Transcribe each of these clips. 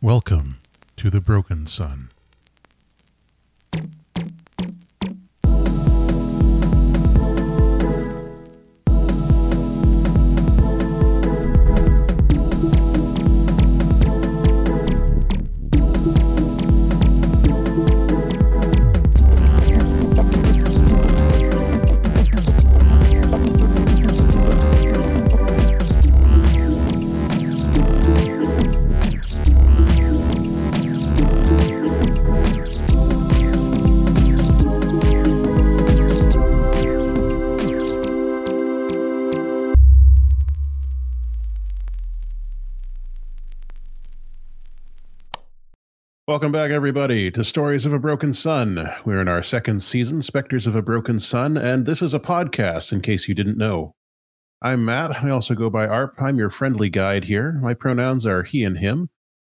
Welcome to the Broken Sun. Welcome back, everybody, to Stories of a Broken Sun. We're in our second season, Spectres of a Broken Sun, and this is a podcast, in case you didn't know. I'm Matt. I also go by ARP. I'm your friendly guide here. My pronouns are he and him.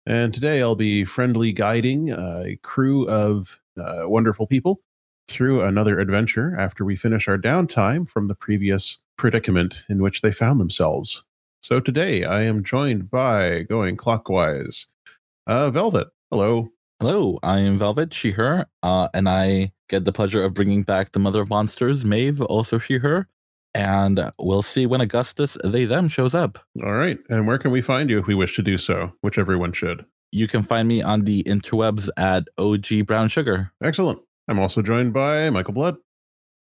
And today I'll be friendly guiding a crew of uh, wonderful people through another adventure after we finish our downtime from the previous predicament in which they found themselves. So today I am joined by, going clockwise, uh, Velvet. Hello. Hello, I am Velvet, she, her, uh, and I get the pleasure of bringing back the Mother of Monsters, Maeve, also she, her, and we'll see when Augustus, they, them shows up. All right. And where can we find you if we wish to do so, which everyone should? You can find me on the interwebs at OG Brown Sugar. Excellent. I'm also joined by Michael Blood.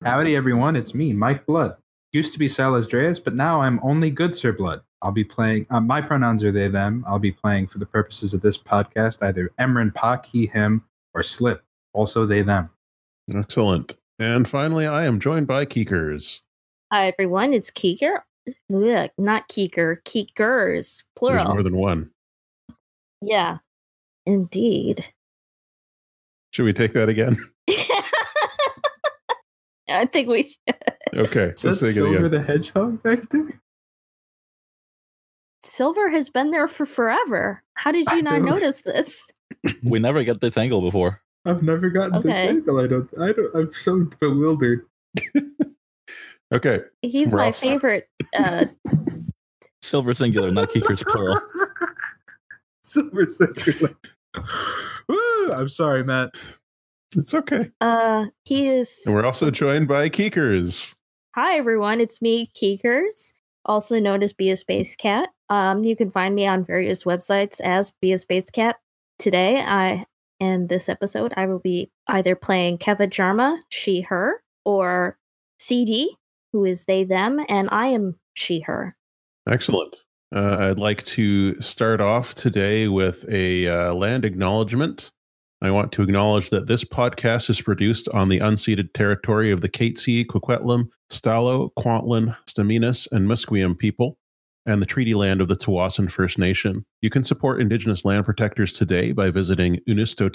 Howdy, everyone. It's me, Mike Blood. Used to be Salasdreas, but now I'm only good Sir Blood. I'll be playing, uh, my pronouns are they, them. I'll be playing for the purposes of this podcast either Emran Pak, he, him, or Slip, also they, them. Excellent. And finally, I am joined by Keekers. Hi everyone, it's Keeker. Look, not Keeker, Keekers, There's more plural. than one. yeah, indeed. Should we take that again? I think we. Okay. Is that Silver the Hedgehog back there? Silver has been there for forever. How did you I not don't- notice this? We never get this angle before. I've never gotten Okay. this angle. I don't, I don't, I'm so bewildered. Okay. He's my Rough. favorite. Uh, Silver singular, not Keekers plural. Silver Circle. Woo! I'm sorry, Matt. It's okay. uh, he is. And we're also joined by Keekers. Hi everyone, it's me, Keekers, also known as Be a Space Cat. Um, you can find me on various websites as Be a Space Cat. Today, I in this episode, I will be either playing Keva Jarma, she her, or CD, who is they them, and I am she her. Excellent. Uh, I'd like to start off today with a uh, land acknowledgement. I want to acknowledge that this podcast is produced on the unceded territory of the Catesy, Coquitlam, Stalo, Kwantlen, Staminas, and Musqueam people, and the treaty land of the Tawasan First Nation. You can support Indigenous land protectors today by visiting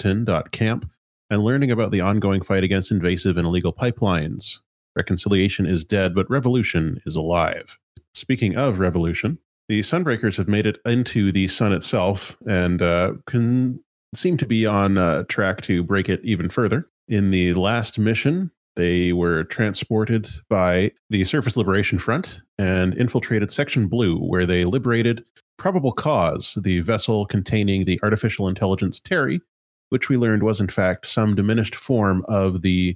unistotin.camp and learning about the ongoing fight against invasive and illegal pipelines. Reconciliation is dead, but revolution is alive. Speaking of revolution, the Sunbreakers have made it into the sun itself and uh, can seem to be on uh, track to break it even further. In the last mission, they were transported by the Surface Liberation Front and infiltrated Section Blue, where they liberated Probable Cause, the vessel containing the artificial intelligence Terry, which we learned was in fact some diminished form of the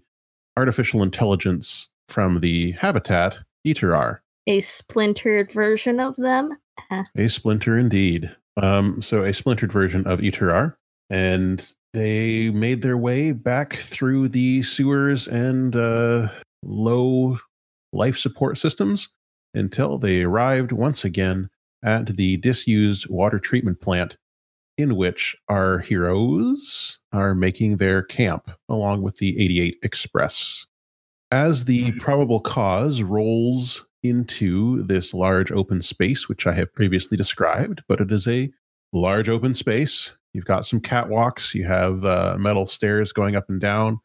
artificial intelligence from the habitat Eterar. A splintered version of them. A splinter indeed. Um, so a splintered version of Eterar, and they made their way back through the sewers and uh, low life support systems until they arrived once again at the disused water treatment plant in which our heroes are making their camp along with the 88 Express. As the probable cause rolls into this large open space, which I have previously described, but it is a large open space. You've got some catwalks, you have uh, metal stairs going up and down.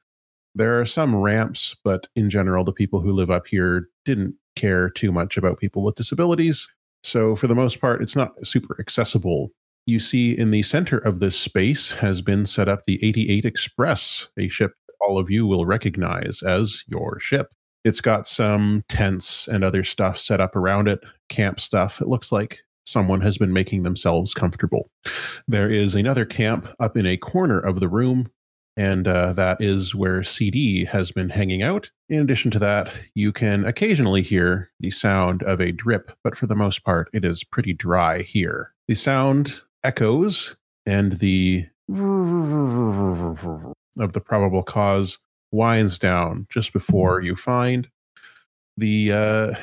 There are some ramps, but in general, the people who live up here didn't care too much about people with disabilities. So, for the most part, it's not super accessible. You see, in the center of this space has been set up the 88 Express, a ship all of you will recognize as your ship. It's got some tents and other stuff set up around it, camp stuff, it looks like. someone has been making themselves comfortable. There is another camp up in a corner of the room, and uh, that is where CD has been hanging out. In addition to that, you can occasionally hear the sound of a drip, but for the most part, it is pretty dry here. The sound echoes, and the of the probable cause winds down just before you find the uh,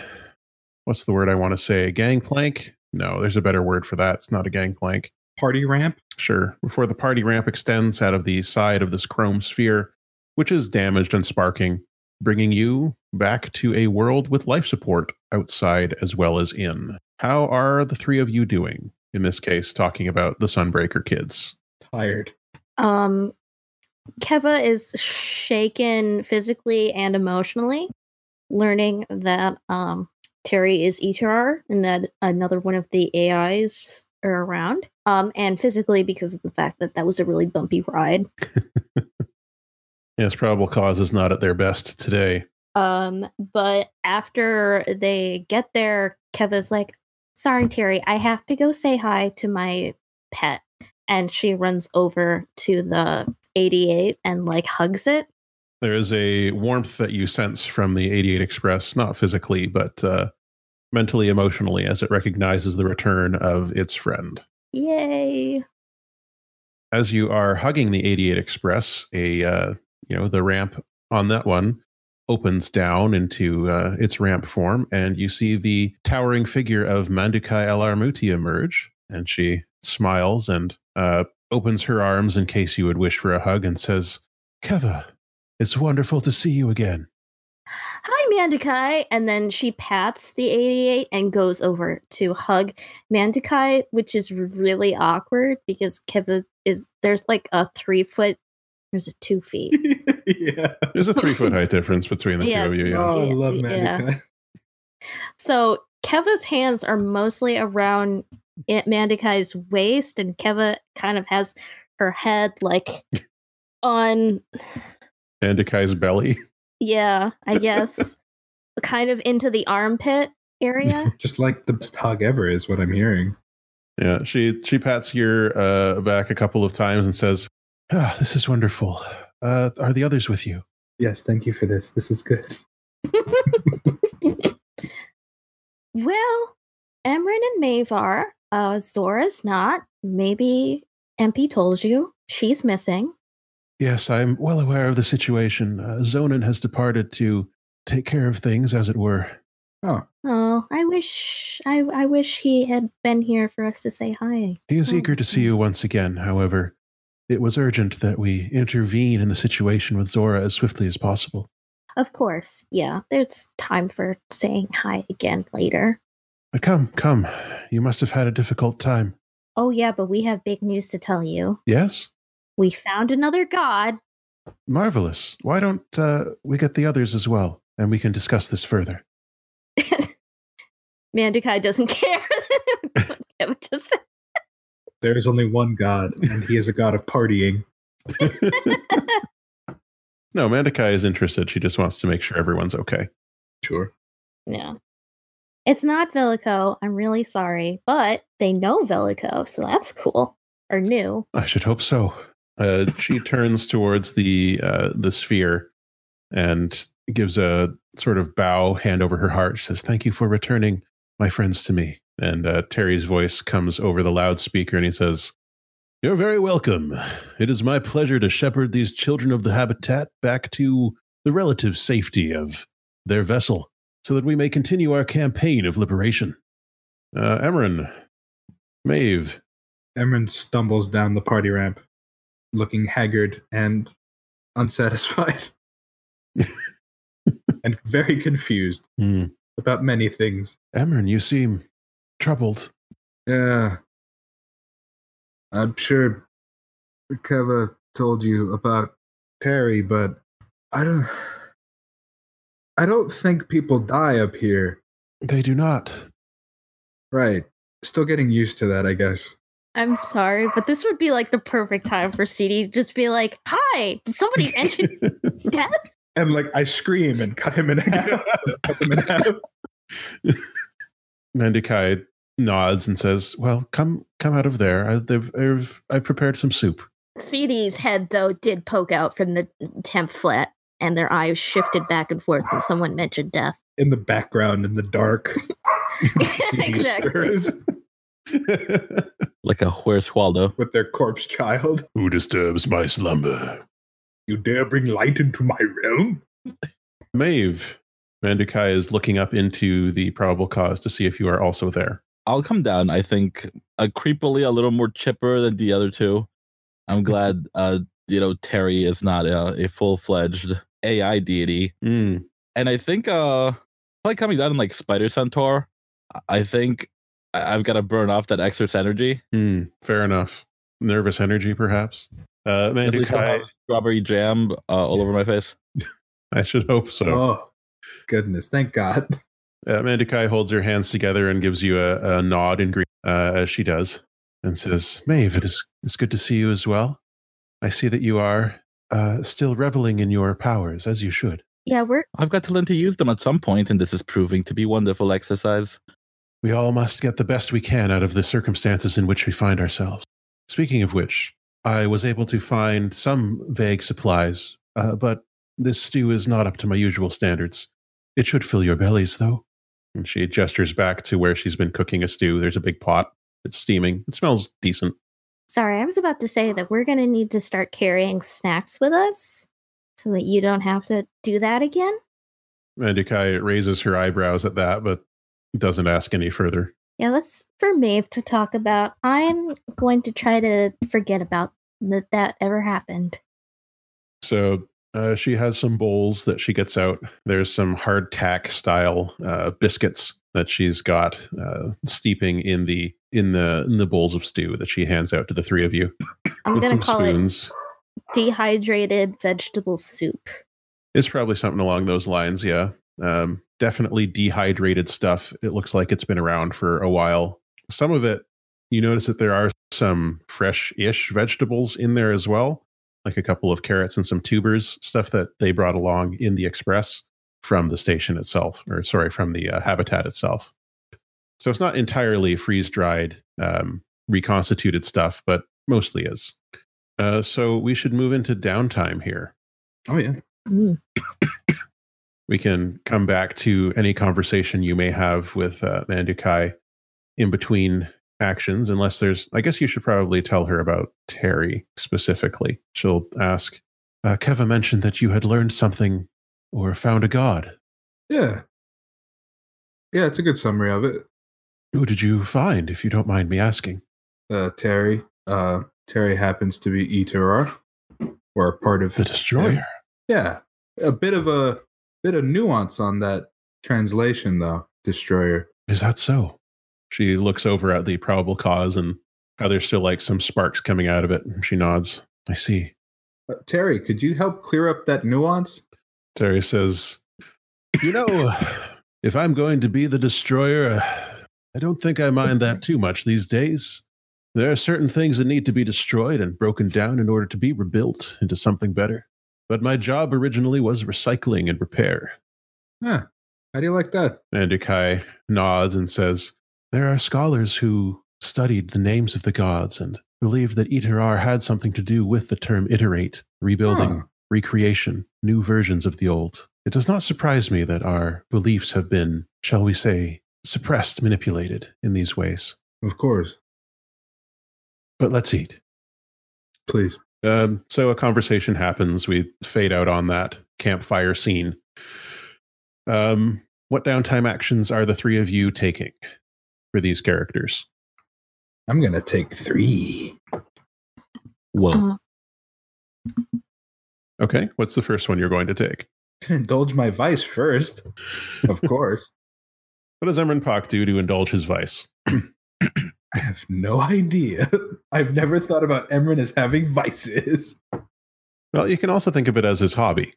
what's the word I want to say? Gangplank? No, there's a better word for that. It's not a gangplank. Party ramp. Sure. Before the party ramp extends out of the side of this chrome sphere, which is damaged and sparking, bringing you back to a world with life support outside as well as in. How are the three of you doing? In this case, talking about the Sunbreaker kids. Tired. Um, Keva is shaken physically and emotionally, learning that um, Terry is Etar and that another one of the AIs are around. Um, and physically because of the fact that that was a really bumpy ride. Yes, probable cause is not at their best today. Um, but after they get there, Keva's like, "Sorry, Terry, I have to go say hi to my pet," and she runs over to the 88 and like hugs it. There is a warmth that you sense from the 88 Express, not physically, but uh, mentally, emotionally, as it recognizes the return of its friend. Yay! as you are hugging the 88 Express, a uh, you know the ramp on that one opens down into uh, its ramp form, and you see the towering figure of Mandukai Alarmuti emerge, and she smiles and uh, opens her arms in case you would wish for a hug, and says, "Keva, it's wonderful to see you again." Hi, Mandakai. And then she pats the 88 and goes over to hug Mandakai, which is really awkward because Keva is there's like a three foot, there's a two feet. yeah. There's a three foot height difference between the Yeah. two of you. Yes. Oh, I Yeah, love yeah. Mandakai. So Keva's hands are mostly around Aunt Mandakai's waist, and Keva kind of has her head like on, Mandukai's belly. yeah, I guess, kind of into the armpit area. Just like the best hug ever is what I'm hearing. Yeah, she she pats your uh, back a couple of times and says, ah, "This is wonderful. Uh, are the others with you?" Yes, thank you for this. This is good. well, Emrin and Mavar, uh, Zora's not. Maybe MP told you she's missing. Yes, I'm well aware of the situation. Uh, Zonin has departed to take care of things, as it were. Oh, Oh, I wish I, I wish he had been here for us to say hi. He is Oh, eager to see okay. you once again, however. It was urgent that we intervene in the situation with Zora as swiftly as possible. Of course, yeah. There's time for saying hi again later. But come, come. You must have had a difficult time. Oh yeah, but we have big news to tell you. Yes? We found another god. Marvelous. Why don't uh, we get the others as well, and we can discuss this further? Mandakai doesn't care. Kevin just said there is only one god, and he is a god of partying. No, Mandakai is interested. She just wants to make sure everyone's okay. Sure. No. It's not Velico. I'm really sorry, but they know Velico, so that's cool. Or new. I should hope so. Uh, she turns towards the uh, the sphere and gives a sort of bow, hand over her heart. She says, "Thank you for returning my friends to me." And uh, Terry's voice comes over the loudspeaker, and he says, "You're very welcome. It is my pleasure to shepherd these children of the habitat back to the relative safety of their vessel, so that we may continue our campaign of liberation." Uh, Emran, Maeve, Emran stumbles down the party ramp, looking haggard and unsatisfied. and very confused about many things. Emran, you seem troubled. Yeah. I'm sure Keva told you about Terry, but I don't I don't think people die up here. They do not. Right. Still getting used to that, I guess. I'm sorry, but this would be like the perfect time for CD to just be like, Hi, did somebody mention death? And like I scream and cut him in half. cut him in half. Mandikai nods and says, "Well, come come out of there. I, they've, I've I've prepared some soup." CD's head, though, did poke out from the temp flat, and their eyes shifted back and forth when someone mentioned death. in the background in the dark. Exactly. like a Where's Waldo? With their corpse child. Who disturbs my slumber? You dare bring light into my realm? Maeve, Mandukai is looking up into the probable cause to see if you are also there. I'll come down. I think uh, creepily a little more chipper than the other two. I'm glad, uh, you know, Terry is not a, a full fledged AI deity. Mm. And I think, uh, probably coming down in like Spider Centaur, I- I think I- I've got to burn off that excess energy. Mm. Fair enough. Nervous energy, perhaps. Uh, At least I'll Mandukai, have strawberry jam uh, all over my face. I should hope so. Oh, goodness. Thank God. Uh, Mandukai holds her hands together and gives you a, a nod in green uh, as she does, and says, "Maeve, it is it's good to see you as well. I see that you are uh, still reveling in your powers, as you should. yeah, we're I've got to learn to use them at some point, and this is proving to be wonderful exercise. We all must get the best we can out of the circumstances in which we find ourselves. Speaking of which, I was able to find some vague supplies, uh, but this stew is not up to my usual standards. It should fill your bellies, though." And she gestures back to where she's been cooking a stew. There's a big pot. It's steaming. It smells decent. sorry. I was about to say that we're gonna need to start carrying snacks with us, so that you don't have to do that again. Mandukai raises her eyebrows at that, but doesn't ask any further. Yeah, that's for Maeve to talk about. I'm going to try to forget about that that ever happened. So uh, she has some bowls that she gets out. There's some hardtack style uh, biscuits that she's got uh, steeping in the in the in the bowls of stew that she hands out to the three of you. I'm with gonna some call it spoons. dehydrated vegetable soup. It's probably something along those lines. Yeah, um, definitely dehydrated stuff. It looks like it's been around for a while. Some of it, you notice that there are some fresh-ish vegetables in there as well, like a couple of carrots and some tubers, stuff that they brought along in the express from the station itself, or sorry, from the uh, habitat itself. So it's not entirely freeze-dried, um, reconstituted stuff, but mostly is. Uh, so we should move into downtime here Oh, yeah. Mm. we can come back to any conversation you may have with uh, Mandukai in between actions, unless there's. I guess you should probably tell her about Terry specifically. She'll ask. Uh, Keva mentioned that you had learned something or found a god. Yeah. Yeah, it's a good summary of it. Who did you find, if you don't mind me asking? Uh, Terry. Uh, Terry happens to be Iterar, or part of The destroyer. Yeah, a bit of a bit of nuance on that translation, though. Destroyer. Is that so? She looks over at the probable cause and how there's still like some sparks coming out of it. and She nods. I see. Uh, Terry, could you help clear up that nuance? Terry says, You know, if I'm going to be the destroyer, uh, I don't think I mind that too much these days. There are certain things that need to be destroyed and broken down in order to be rebuilt into something better. But my job originally was recycling and repair. Huh. How do you like that? Mandukai nods and says, There are scholars who studied the names of the gods and believe that Iterar had something to do with the term iterate, rebuilding Huh. recreation, new versions of the old. It does not surprise me that our beliefs have been, shall we say, suppressed, manipulated in these ways. Ah, Of course. But let's eat. Please. Um, so a conversation happens. We fade out on that campfire scene. Um, what downtime actions are the three of you taking for these characters? I'm gonna take three. Whoa. Uh, Okay, what's the first one you're going to take? Indulge my vice first, of course. What does Emran Pak do to indulge his vice? I have no idea. I've never thought about Emran as having vices. Well, you can also think of it as his hobby.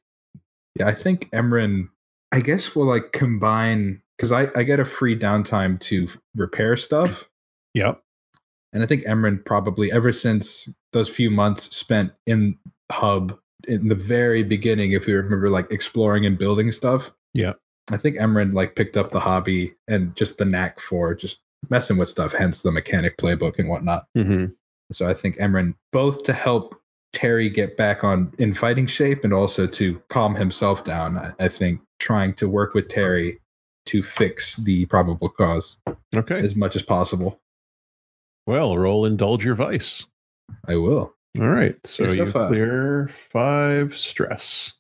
Yeah, I think Emran. I guess we'll like combine because I I get a free downtime to f- repair stuff. Yep. And I think Emran probably ever since those few months spent in Hub in the very beginning, if you remember, like exploring and building stuff. Yeah. I think Emran like picked up the hobby and just the knack for just messing with stuff, hence the mechanic playbook and whatnot. hmm So I think Emran, both to help Terry get back on in fighting shape and also to calm himself down, I, I think trying to work with Terry to fix the probable cause Okay. as much as possible. Well, roll indulge your vice. I will. All right. So Okay, so you five. clear five stress.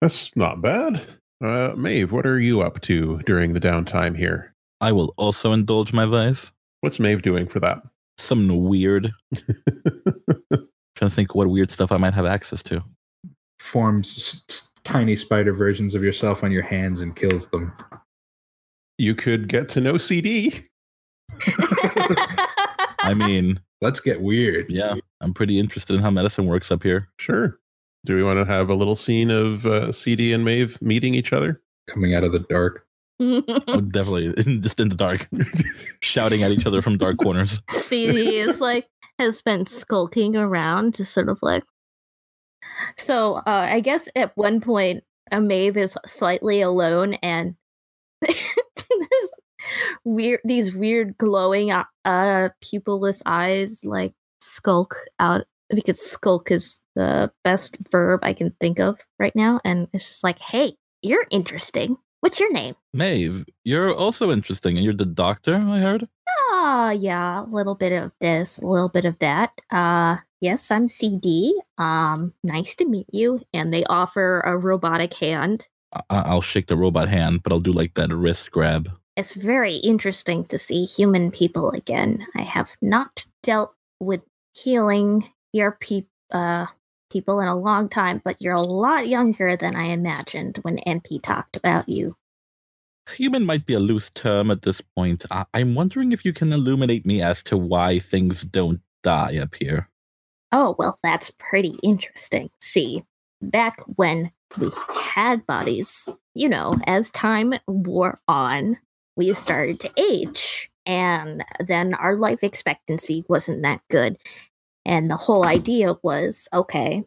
That's not bad. Uh, Maeve, what are you up to during the downtime here? I will also indulge my vice. What's Maeve doing for that? Something weird. trying to think what weird stuff I might have access to. Forms s- s- tiny spider versions of yourself on your hands and kills them. you could get to know CD. I mean, Let's get weird. yeah, I'm pretty interested in how medicine works up here. Sure. Do we want to have a little scene of uh, CD and Maeve meeting each other? Coming out of the dark. Oh, definitely, just in the dark, shouting at each other from dark corners. CD is like has been skulking around, just sort of like. So uh, I guess at one point, uh, Maeve is slightly alone, and this weird, these weird glowing uh, uh, pupilless eyes like skulk out because skulk is the best verb I can think of right now, and it's just like, hey, you're interesting. What's your name? Maeve, you're also interesting, and you're the doctor. I heard. Ah, yeah, a little bit of this, a little bit of that. Uh, yes, I'm CD. Um, nice to meet you. And they offer a robotic hand. I- I'll shake the robot hand, but I'll do like that wrist grab. It's very interesting to see human people again. I have not dealt with healing your peop uh, people in a long time, but you're a lot younger than I imagined when MP talked about you. Human might be a loose term at this point. I- I'm wondering if you can illuminate me as to why things don't die up here. Oh, well, that's pretty interesting. See, back when we had bodies, you know, as time wore on, we started to age, and then our life expectancy wasn't that good. And the whole idea was okay,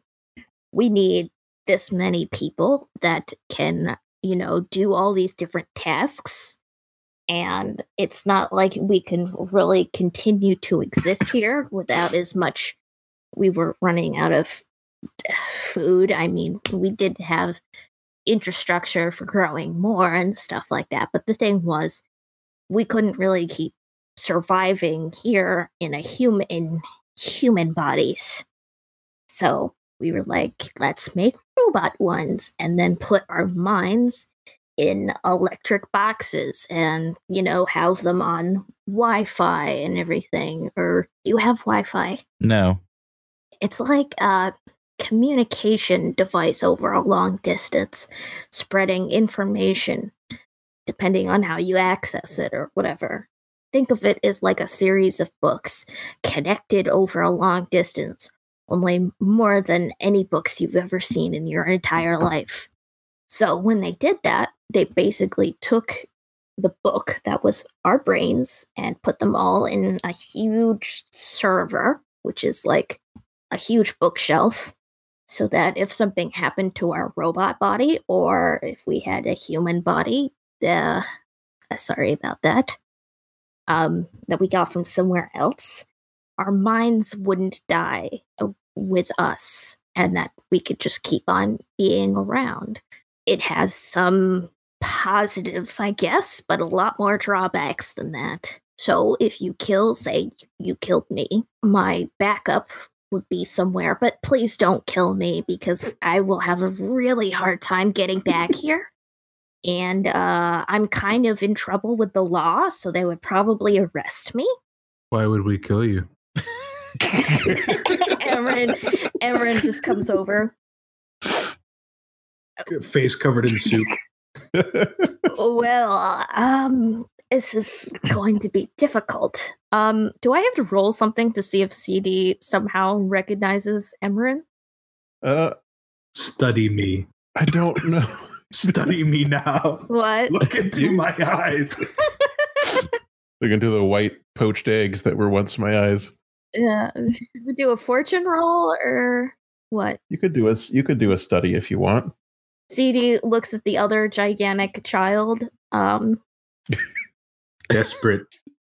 we need this many people that can, you know, do all these different tasks. And it's not like we can really continue to exist here without as much we were running out of food. I mean, we did have infrastructure for growing more and stuff like that. But the thing was, we couldn't really keep surviving here in a human in human bodies. So we were like, let's make robot ones and then put our minds in electric boxes and you know have them on Wi-Fi and everything. Or do you have Wi-Fi? No, it's like a communication device over a long distance, spreading information depending on how you access it or whatever. Think of it as like a series of books connected over a long distance, only more than any books you've ever seen in your entire life. So when they did that, they basically took the book that was our brains and put them all in a huge server, which is like a huge bookshelf so that if something happened to our robot body or if we had a human body uh, sorry about that um, that we got from somewhere else our minds wouldn't die uh, with us and that we could just keep on being around it has some positives i guess but a lot more drawbacks than that so if you kill say you killed me my backup would be somewhere, but please don't kill me because I will have a really hard time getting back here. And uh, I'm kind of in trouble with the law, so they would probably arrest me. Why would we kill you? Erin, Erin just comes over. Face covered in soup. Well, um, this is going to be difficult. Um, do I have to roll something to see if CD somehow recognizes Emerin? uh, Study me. I don't know. Study me now. What? Look into my eyes. They're gonna do the white poached eggs that were once my eyes. Yeah, Uh, do a fortune roll or what? You could do a s- you could do a study if you want. CD looks at the other gigantic child. Um, Desperate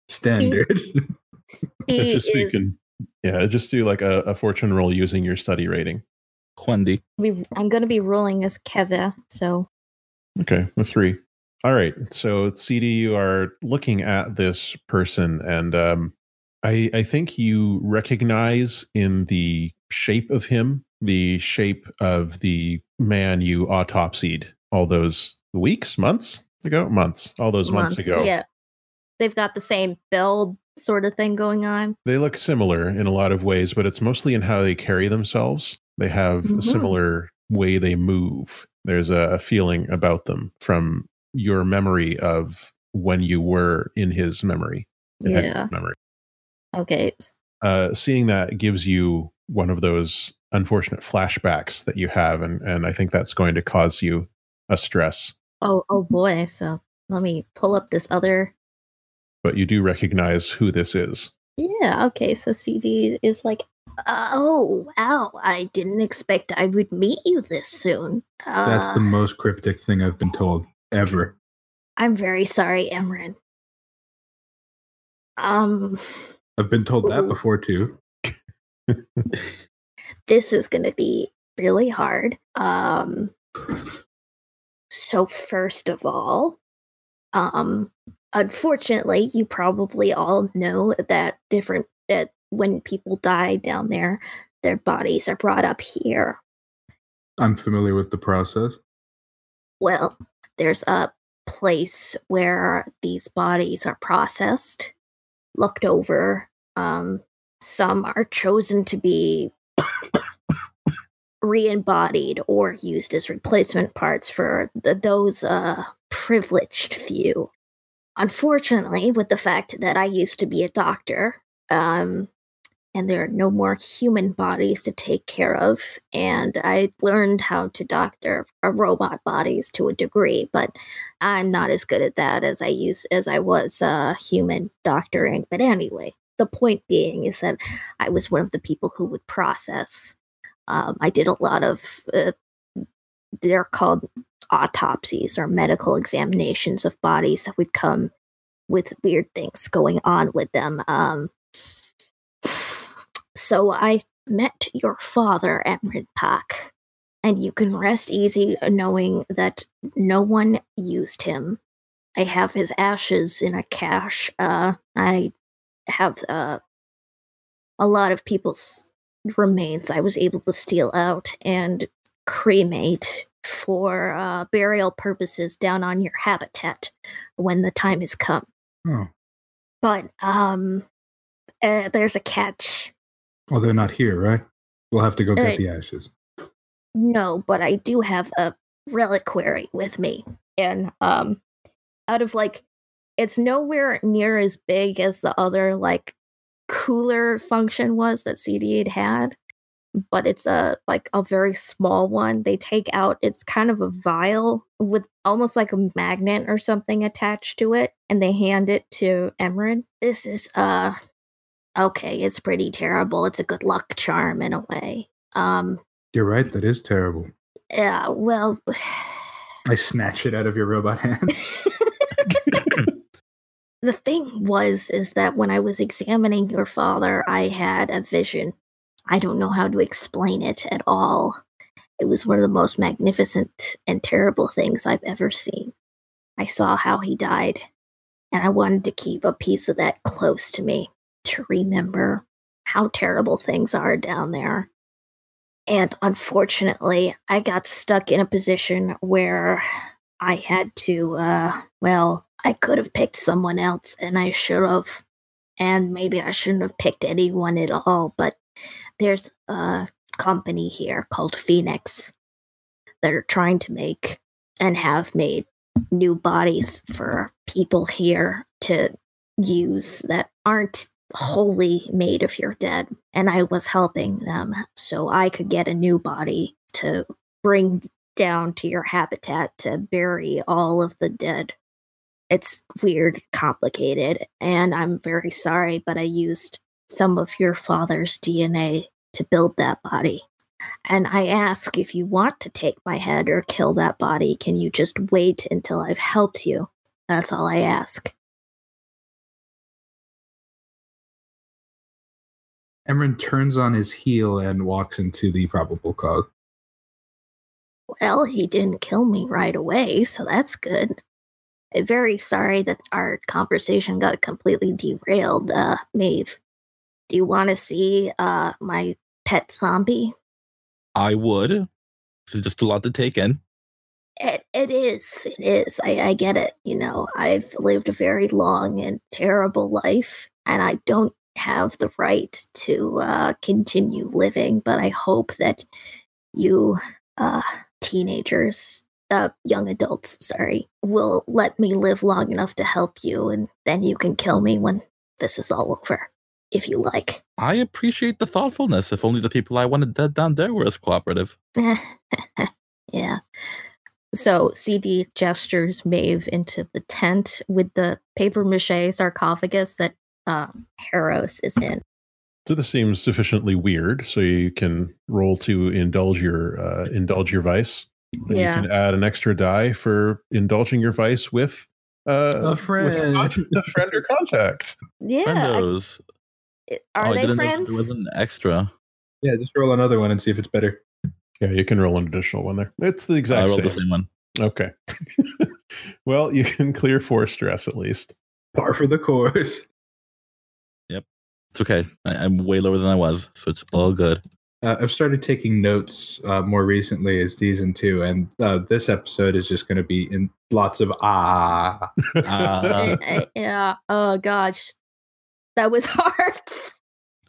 Standard. He just so you is. can- Yeah, just do like a, a fortune roll using your study rating. Quendi. we- I'm going to be ruling as Keva, so Okay, a three. All right. So CD, you are looking at this person, and um, I, I think you recognize in the shape of him the shape of the man you autopsied all those weeks, months ago, months, all those months, ago. Yeah, they've got the same build sort of thing going on. They look similar in a lot of ways, but it's mostly in how they carry themselves. They have a Mhm. similar way they move. There's a, a feeling about them from your memory of when you were in his memory. in Yeah. Hector's Memory. Okay. s- Uh, seeing that gives you one of those unfortunate flashbacks that you have, and, and I think that's going to cause you a stress. Oh, oh boy. So let me pull up this other. But you do recognize who this is. Yeah. Okay. So CD is like, oh wow, I didn't expect I would meet you this soon. Uh, That's the most cryptic thing I've been told ever. I'm very sorry, Emran. Um, I've been told that Ooh. before too. this is gonna be really hard. Um, so first of all, um, unfortunately, you probably all know that different that when people die down there, their bodies are brought up here. I'm familiar with the process. Well, there's a place where these bodies are processed, looked over. Um, some are chosen to be re embodied or used as replacement parts for the, those uh, privileged few. Unfortunately, with the fact that I used to be a doctor, um, and there are no more human bodies to take care of. And I learned how to doctor uh, robot bodies to a degree, but I'm not as good at that as I used as I was uh, human doctoring. But anyway, the point being is that I was one of the people who would process. Um, I did a lot of uh, they're called autopsies or medical examinations of bodies that would come with weird things going on with them. Um, so I met your father, Emrin Pak, and you can rest easy knowing that no one used him. I have his ashes in a cache. Uh, I have uh, a lot of people's remains I was able to steal out and cremate for uh, burial purposes down on your habitat when the time has come Oh, but um uh, there's a catch well, they're not here, right? We'll have to go get Right. the ashes. no but i do have a reliquary with me and um out of like it's nowhere near as big as the other like cooler function was that cd had had but it's a like a very small one they take out it's kind of a vial with almost like a magnet or something attached to it and they hand it to emerin this is uh okay it's pretty terrible it's a good luck charm in a way um You're right. That is terrible. yeah, well, I snatch it out of your robot hand. the thing was is that when I was examining your father, I had a vision. I don't know how to explain it at all. It was one of the most magnificent and terrible things I've ever seen. I saw how he died, and I wanted to keep a piece of that close to me to remember how terrible things are down there. And unfortunately, I got stuck in a position where I had to, uh, well, I could have picked someone else and I should have. And maybe I shouldn't have picked anyone at all, but there's a company here called Phoenix that are trying to make and have made new bodies for people here to use that aren't wholly made of your dead and I was helping them so I could get a new body to bring down to your habitat to bury all of the dead. It's weird, complicated, and I'm very sorry, but I used some of your father's DNA to build that body. And I ask if you want to take my head or kill that body, can you just wait until I've helped you? That's all I ask. Emran turns on his heel and walks into the probable cog. Well, he didn't kill me right away, so that's good. I'm very sorry that our conversation got completely derailed, uh, Maeve. Do you want to see uh, my pet zombie? I would. This is just a lot to take in. It, it is. It is. I, I get it. You know, I've lived a very long and terrible life, and I don't have the right to uh, continue living, but I hope that you uh, teenagers, uh, young adults, sorry, will let me live long enough to help you, and then you can kill me when this is all over, if you like. I appreciate the thoughtfulness. If only the people I wanted dead down there were as cooperative. yeah. So CD gestures Maeve into the tent with the paper mache sarcophagus that um, Harrow's is in. So this seems sufficiently weird. So you can roll to indulge your uh, indulge your vice. And Yeah. You can add an extra die for indulging your vice with uh, A friend. with a, con- a friend or contact. Yeah. Friendos. I- Oh, I Are they didn't know friends? There was an extra. Yeah, just roll another one and see if it's better. Yeah, you can roll an additional one there. It's the I exact rolled same. the same one. Okay. well, you can clear four stress at least. Par for the course. It's okay. I, I'm way lower than I was, so it's all good. Uh, I've started taking notes uh, more recently as season two, and uh, this episode is just going to be in lots of ah. Ah. I- I- Eh, yeah. Oh gosh, that was hard.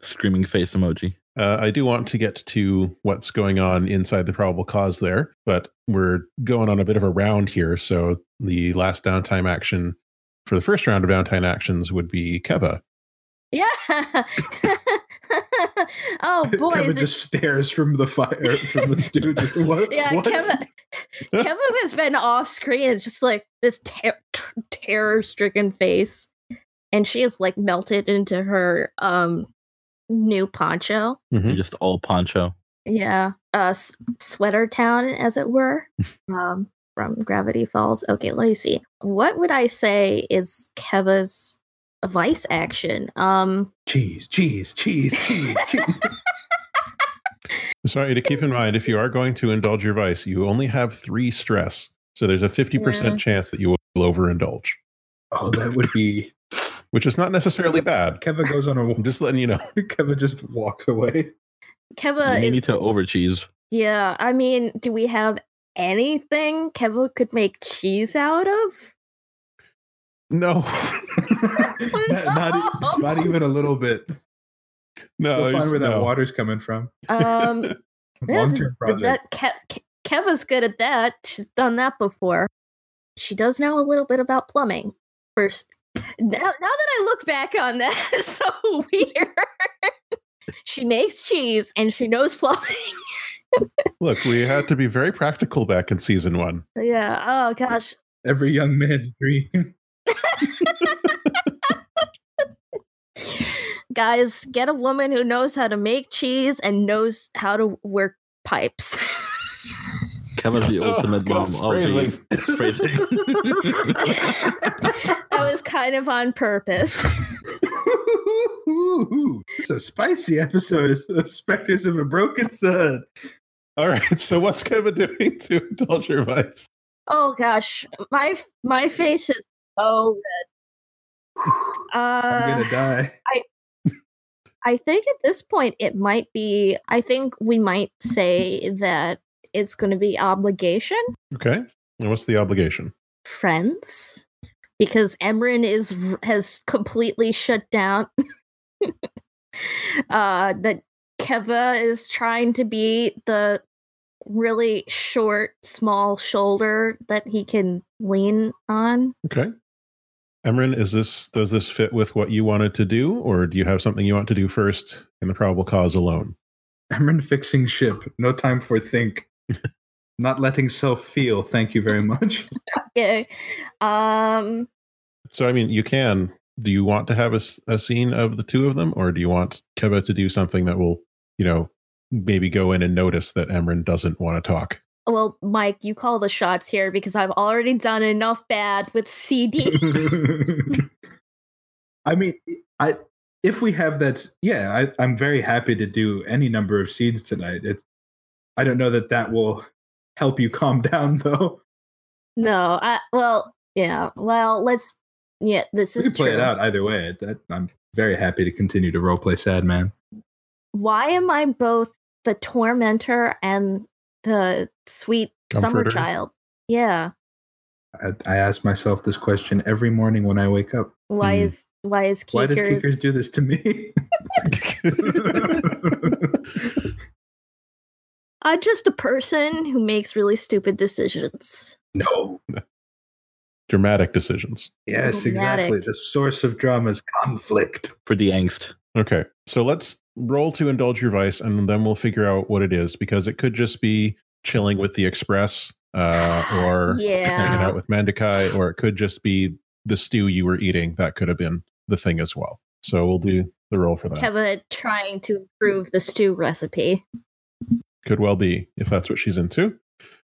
Screaming face emoji. Uh, I do want to get to what's going on inside the probable cause there, but we're going on a bit of a round here. So the last downtime action for the first round of downtime actions would be Keva. Yeah. oh boy, Kevin is it? just stares from the fire from the dude. Just, what? Yeah, what? Kevin. Kevin has been off screen. It's just like this ter- ter- terror-stricken face, and she is like melted into her um new poncho. Hmm? You're just all poncho. Yeah, uh, s- sweater town, as it were, um, from Gravity Falls. Okay, let me see. What would I say is Keva's vice action? Um, Cheese, cheese, cheese, cheese, cheese. Sorry to keep in mind if you are going to indulge your vice, you only have three stress. So there's a 50% Yeah. chance that you will overindulge, oh, that would be. which is not necessarily bad. Kevin goes on I'm a. just letting you know. Kevin just walks away. Keva you is. need to over cheese. yeah, I mean, do we have anything Keva could make cheese out of? No, not, not, e- not even a little bit. no, we'll it's- find where that Oh, no. water's coming from. Um, Yeah, Long term th- project. That Kev, Keva's good at that. She's done that before. She does know a little bit about plumbing. First, now now that I look back on that, it's so weird. she makes cheese and she knows plumbing. Look, we had to be very practical back in season one. yeah. Oh gosh. Every young man's dream. Guys, get a woman who knows how to make cheese and knows how to work pipes. Kevin's the Oh, ultimate God, level. phrasing. of these. Phrasing. that was kind of on purpose. it's a spicy episode of Spectres of a Broken Sun. All right. So what's Kevin doing to indulge your vice? Oh gosh, my my face is so red. I'm Uh, gonna die. I think at this point it might be. I think we might say that it's going to be obligation Okay. And what's the obligation? friends because Emrin is has completely shut down. uh, that Keva is trying to be the really short, small shoulder that he can lean on. Okay. Emran, is this does this fit with what you wanted to do, or do you have something you want to do first in the probable cause alone? I'm in fixing ship. No time for think. Not letting self feel. Thank you very much. Okay. Um So I mean, you can. Do you want to have a, s- a scene of the two of them, or do you want Keva to do something that will, you know, maybe go in and notice that Emran doesn't want to talk? well, Mike, you call the shots here because I've already done enough bad with CD. I mean, I if we have that, yeah, I, I'm very happy to do any number of seeds tonight. It's, I don't know that that will help you calm down though. No, I well, yeah, well, let's yeah, this We is can play true. it out either way. That, I'm very happy to continue to roleplay Sad Man. Why am I both the tormentor and the sweet summer Comforter. child? Yeah. I, I ask myself this question every morning when I wake up. Why Hmm. is why is Keekers, Why does Kickers do this to me? I'm just a person who makes really stupid decisions. no. Dramatic decisions. Yes, exactly. Dramatic. The source of drama is conflict. Pretty angst. Okay. So let's roll to indulge your vice and then we'll figure out what it is because it could just be chilling with the express uh, or hanging yeah. out with Mandakai, or it could just be the stew you were eating. That could have been the thing as well. So we'll do the roll for that. uh Keva trying to improve the stew recipe. Could well be if that's what she's into.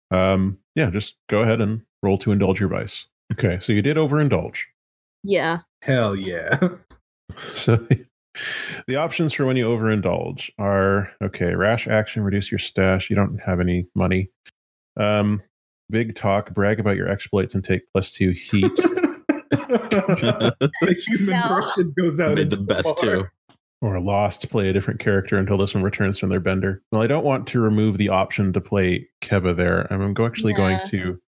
Um, yeah, just go ahead and roll to indulge your vice. Okay, so you did overindulge. Yeah. Hell yeah. So the, the options for when you overindulge are okay, rash action, reduce your stash. You don't have any money. Um, big talk, brag about your exploits, and take plus two heat. the human No. person goes out Made into the best bar. too. or lost, play a different character until this one returns from their bender. Well, I don't want to remove the option to play Keva there. I'm go- actually going Yeah. to.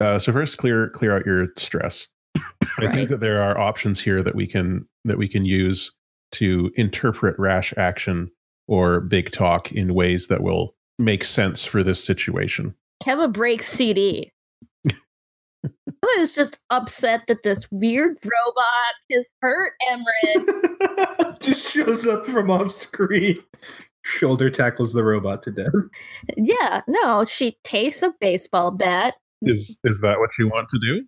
Uh, so first, clear clear out your stress. I Right. think that there are options here that we can that we can use to interpret rash action or big talk in ways that will make sense for this situation. Keva breaks CD. I was just upset that this weird robot has hurt Emran. Just shows up from off screen. Shoulder tackles the robot to death. yeah, no, she takes a baseball bat. Is Mm-hmm. is that what you want to do?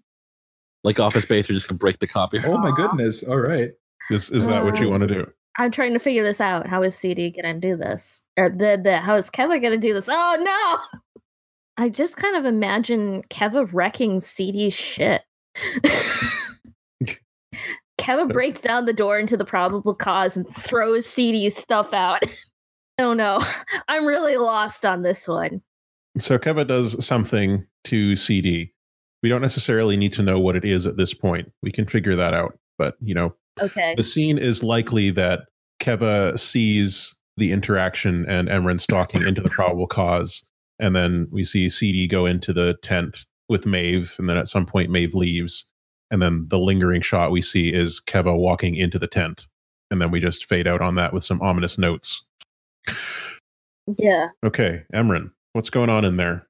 Like Office Space, you're just gonna break the copy. Oh my Aw. goodness. All right. Is is that what you Um, want to do? I'm trying to figure this out. How is CD gonna do this? Or the, the how is Keva gonna do this? Oh no! I just kind of imagine Keva wrecking CD's shit. Keva breaks down the door into the probable cause and throws CD's stuff out. I don't know. I'm really lost on this one. So Keva does something to CD. We don't necessarily need to know what it is at this point. We can figure that out. But you know, Okay. the scene is likely that Keva sees the interaction and Emran stalking into the probable cause, and then we see CD go into the tent with Maeve, and then at some point Maeve leaves, and then the lingering shot we see is Keva walking into the tent, and then we just fade out on that with some ominous notes. Yeah. Okay, Emran, what's going on in there?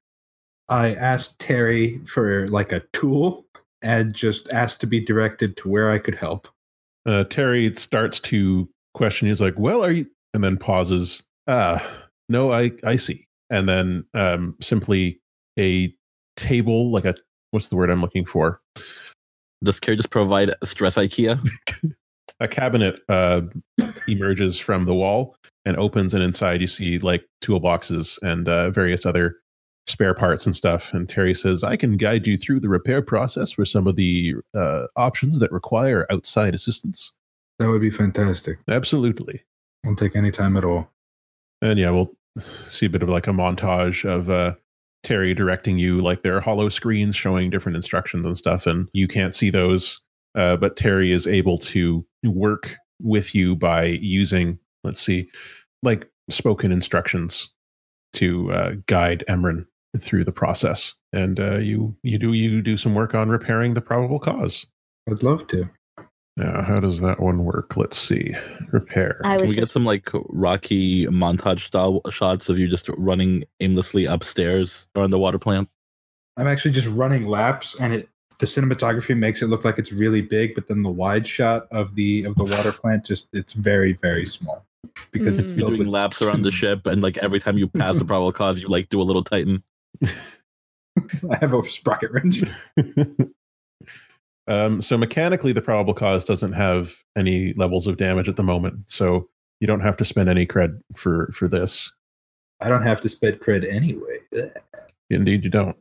I asked Terry for like a tool and just asked to be directed to where I could help. uh, Terry starts to question. He's like, "Well, are you?" And then pauses. Ah, no, I I see. And then um, simply a table, like a what's the word I'm looking for? Does Care just provide stress IKEA? A cabinet uh, emerges from the wall and opens, and inside you see like toolboxes and uh, various other spare parts and stuff. And Terry says, "I can guide you through the repair process for some of the uh, options that require outside assistance." That would be fantastic. Absolutely. Won't take any time at all. And yeah, we'll see a bit of like a montage of uh, Terry directing you. Like there are hollow screens showing different instructions and stuff, and you can't see those. Uh, but Terry is able to work with you by using, let's see, like spoken instructions to uh, guide Emran through the process. And uh, you you do you do some work on repairing the probable cause. I'd love to. Now, how does that one work? Let's see. Repair. I Can was we get just some like Rocky montage style shots of you just running aimlessly upstairs or in the water plant? I'm actually just running laps and it the cinematography makes it look like it's really big, but then the wide shot of the of the water plant just it's very, very small. Because it's You're Mm. filled doing with laps around the ship, and like every time you pass the probable cause, you like do a little Titan. I have a sprocket wrench. um, so mechanically, the probable cause doesn't have any levels of damage at the moment, so you don't have to spend any cred for for this. I don't have to sped cred anyway. Ugh. Indeed, you don't.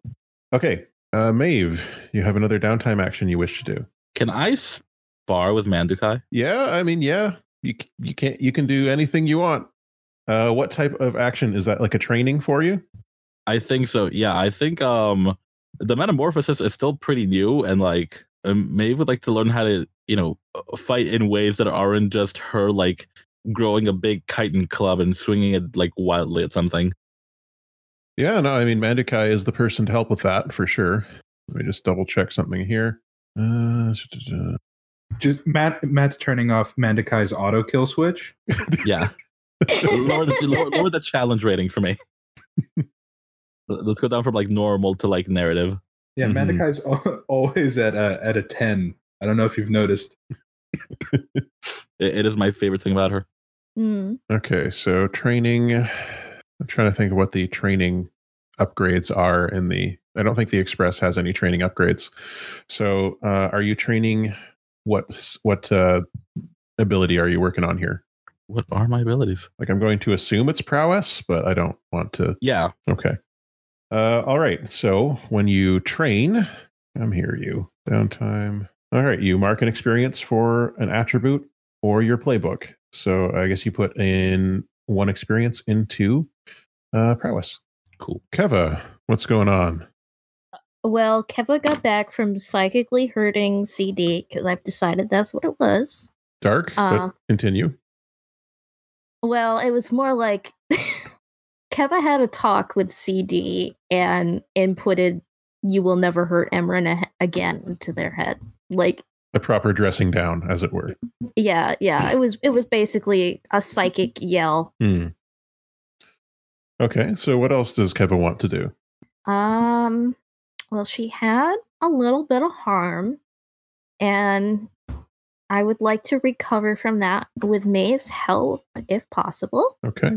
Okay, uh, Maeve, you have another downtime action you wish to do. Can I spar with Mandukai? Yeah, I mean, yeah, You c- you can't you can do anything you want. Uh, what type of action is that? Like a training for you? I think so. Yeah, I think um the metamorphosis is still pretty new, and like um, Maeve would like to learn how to you know uh, fight in ways that aren't just her like growing a big chitin club and swinging it like wildly at something. Yeah, no, I mean Mandakai is the person to help with that for sure. Let me just double check something here. Uh, Just Matt. Matt's turning off Mandakai's auto kill switch. Yeah, lower, the, lower, lower the challenge rating for me. Let's go down from like normal to like narrative. Yeah, Mhm. Mandakai's al- always at a at a ten. I don't know if you've noticed. It- it is my favorite thing about her. Mm. Okay, so training. I'm trying to think of what the training upgrades are in the. I don't think the Express has any training upgrades. So, uh, are you training? What s- what uh, ability are you working on here? What are my abilities? Like, I'm going to assume it's prowess, but I don't want to. Yeah, Okay. Uh, all right. So when you train, I'm here. You downtime. All right. You mark an experience for an attribute or your playbook. So I guess you put in one experience into uh, prowess. cool. Keva, what's going on? Well, Keva got back from psychically hurting CD because I've decided that's what it was. Dark. Uh, but continue. Well, it was more like Keva had a talk with CD and inputted "You will never hurt Emran again" into their head. Like, A proper dressing down, as it were. yeah, yeah, it was it was basically a psychic yell. Hmm. Okay. So what else does Keva want to do? Um, well, she had a little bit of harm, and I would like to recover from that with Maeve's help, if possible. Okay.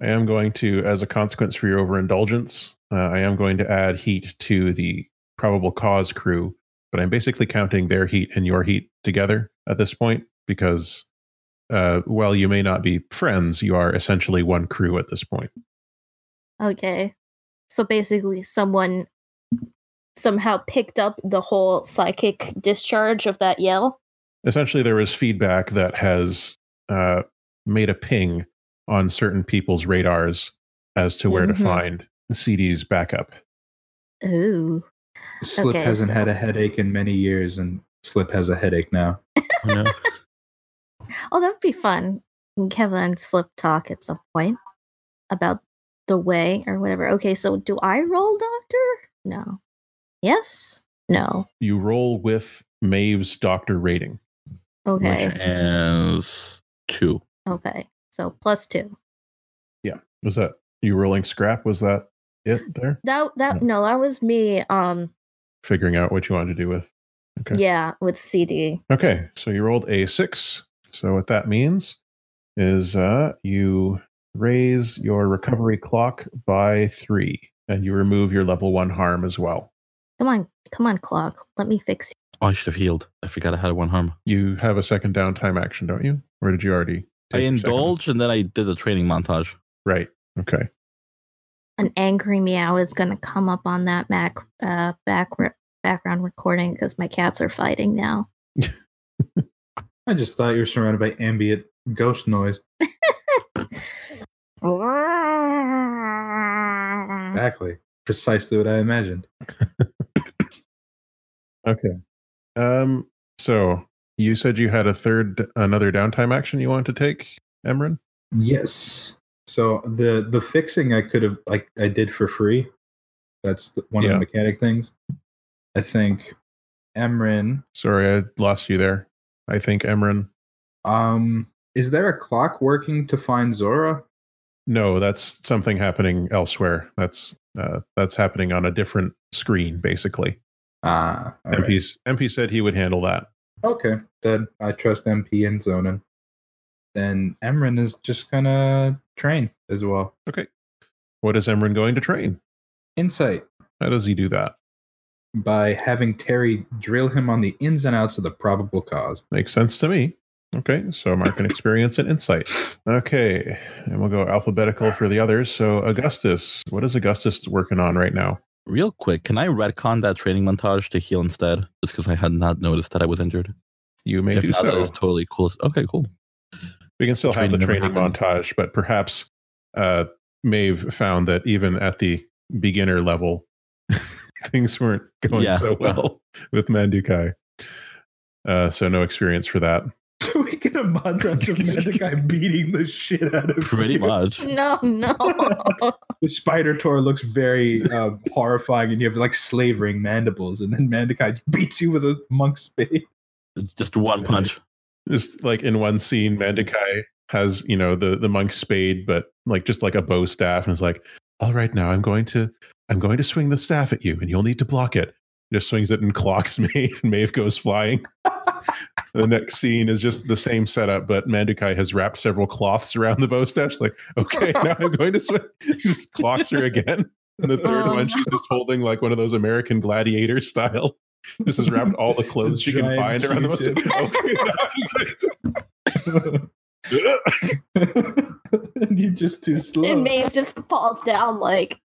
I am going to, as a consequence for your overindulgence, uh, I am going to add heat to the probable cause crew, but I'm basically counting their heat and your heat together at this point because, uh, while you may not be friends, you are essentially one crew at this point. Okay. So basically, someone somehow picked up the whole psychic discharge of that yell. Essentially, there is feedback that has uh, made a ping on certain people's radars as to where Mhm. to find CD's backup. Ooh. Slip Okay, hasn't so- had a headache in many years, and Slip has a headache now. You know? Oh, that'd be fun. And Kevin and Slip talk at some point about the way or whatever. Okay, so do I roll, Doctor? No. Yes? No. You roll with Maeve's doctor rating. Okay. Which is two. Okay. So plus two. Was that you rolling scrap? Was that it there? That that no, that was me. Um Figuring out what you wanted to do with. Okay. yeah, with CD. Okay. So you rolled a six. So what that means is uh, you raise your recovery clock by three and you remove your level one harm as well. Come on, come on, clock. Let me fix you. Oh, I should have healed. I forgot I had one harm. You have a second downtime action, don't you? Or did you already? I take your second one? indulged and then I did the training montage. Right. Okay. an angry meow is going to come up on that Mac uh, back background recording because my cats are fighting now. I just thought you were surrounded by ambient ghost noise. Mm. Exactly, precisely what I imagined. Um. So you said you had a third, another downtime action you want to take, Emran? Yes. So the the fixing I could have like I did for free. That's the- one of Yeah. the mechanic things. I think Emrin. Sorry, I lost you there. I think Emran. Um, is there a clock working to find Zora? No, that's something happening elsewhere. That's uh, that's happening on a different screen, basically. Ah, all right. MP 's- MP said he would handle that. Okay, then I trust MP and Zonin. Then Emrin is just gonna train as well. What is Emran going to train? Insight How does he do that? by having Terry drill him on the ins and outs of the probable cause. Makes sense to me. Okay, so mark an experience and insight. Okay, and we'll go alphabetical for the others. So Augustus, what is Augustus working on right now? Real quick, can I retcon that training montage to heal instead? Just because I had not noticed that I was injured. You may If do not, that so. is totally cool. Okay, cool. We can still have the Training never training happened. montage, but perhaps uh, Maeve found that even at the beginner level, things weren't going Yeah, so well with Mandukai. Uh, so no experience for that. So we get a montage of Mandukai beating the shit out of Pretty you. much. No, no. The Spider Tor looks very um, horrifying, and you have like slavering mandibles, and then Mandukai beats you with a monk's spade. It's just one punch. Just like in one scene, Mandukai has you know the the monk's spade, but like just like a bow staff, and is like, "All right, now I'm going to I'm going to swing the staff at you, and you'll need to block it." Just swings it and clocks Maeve, and Maeve goes flying. the next scene is just the same setup, but Mandukai has wrapped several cloths around the bow staff. She's like, "Okay, now I'm going to swing." Just clocks her again. And the third Oh, one, she's just holding like one of those American gladiator style. This has wrapped all the clothes she can Giant find around the bow staff. Q-tip. Okay, now I'm and you're just too slow. and Maeve just falls down like.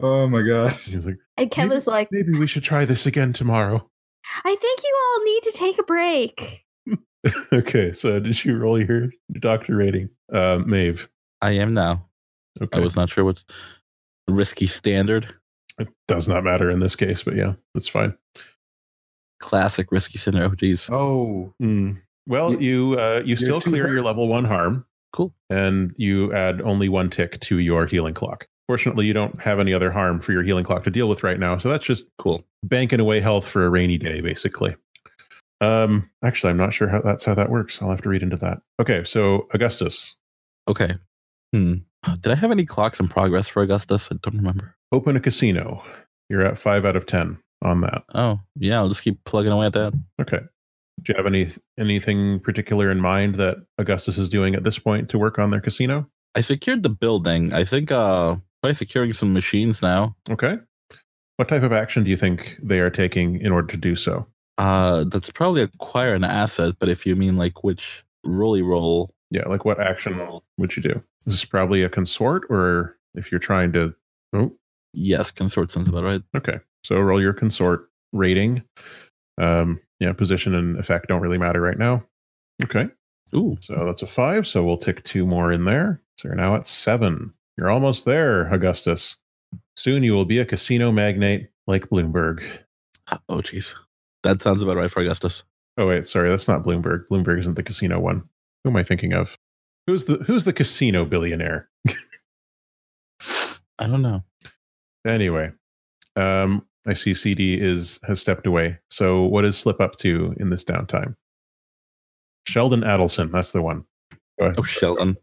oh my god. He's like, And Kev Maybe- is like, maybe we should try this again tomorrow. I think you all need to take a break. Okay, so did you roll your doctor rating, uh, Maeve? I am now. Okay, I was not sure what risky standard. it does not matter in this case, but yeah, that's fine. Classic risky standard. Oh, geez. Oh, Mm. Well, you uh, you still too clear hurt. your level one harm, Cool. and you add only one tick to your healing clock. Fortunately, you don't have any other harm for your healing clock to deal with right now, so that's just Cool. banking away health for a rainy day, basically. Um, actually, I'm not sure how that's how that works. I'll have to read into that. Okay, so Augustus, Okay. Hmm. Did I have any clocks in progress for Augustus? I don't remember. open a casino. You're at five out of ten on that. Oh, yeah. I'll just keep plugging away at that. Okay. Do you have any anything particular in mind that Augustus is doing at this point to work on their casino? I secured the building. I think uh probably securing some machines now. Okay. What type of action do you think they are taking in order to do so? Uh that's probably acquire an asset, but if you mean like which rolly roll Yeah, like what action would you do? This is probably a consort, or if you're trying to. Oh, yes, consort sounds about right. okay. So roll your consort rating. Um, yeah, position and effect don't really matter right now. Okay. Ooh. So that's a five. So we'll tick two more in there. So you're now at seven. You're almost there, Augustus. Soon you will be a casino magnate like Bloomberg. Oh jeez. That sounds about right for Augustus. Oh wait, sorry, that's not Bloomberg. Bloomberg isn't the casino one. Who am I thinking of? Who's the who's the casino billionaire? I don't know. Anyway, um, I see CD is has stepped away. So what is Slip up to in this downtime? Sheldon Adelson, that's the one. Go ahead. Oh Sheldon.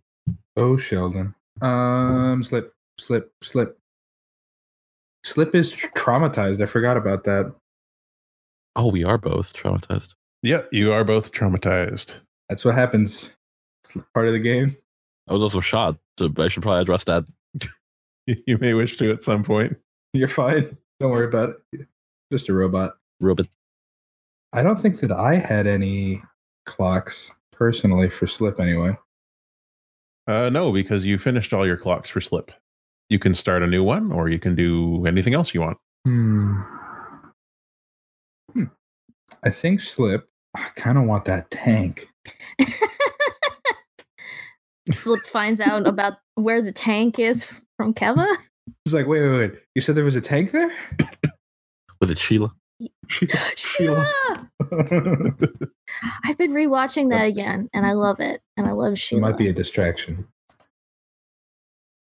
oh, Sheldon. Um, slip, slip, slip. Slip is traumatized. I forgot about that. Oh, we are both traumatized. Yeah, you are both traumatized. That's what happens. It's part of the game. I was also Oh, shot. So I should probably address that. You may wish to at some point. You're fine. Don't worry about it. Just a robot. Robot. I don't think that I had any clocks personally for slip anyway. Uh, no, because you finished all your clocks for slip. You can start a new one, or you can do anything else you want. Hmm. hmm. I think slip. I kind of want that tank. Slip finds out about where the tank is from Keva. It's like, wait, wait, wait. You said there was a tank there? Was it Sheila? Sheila! it I've been rewatching that again, and I love it. And I love Sheila. might be a distraction.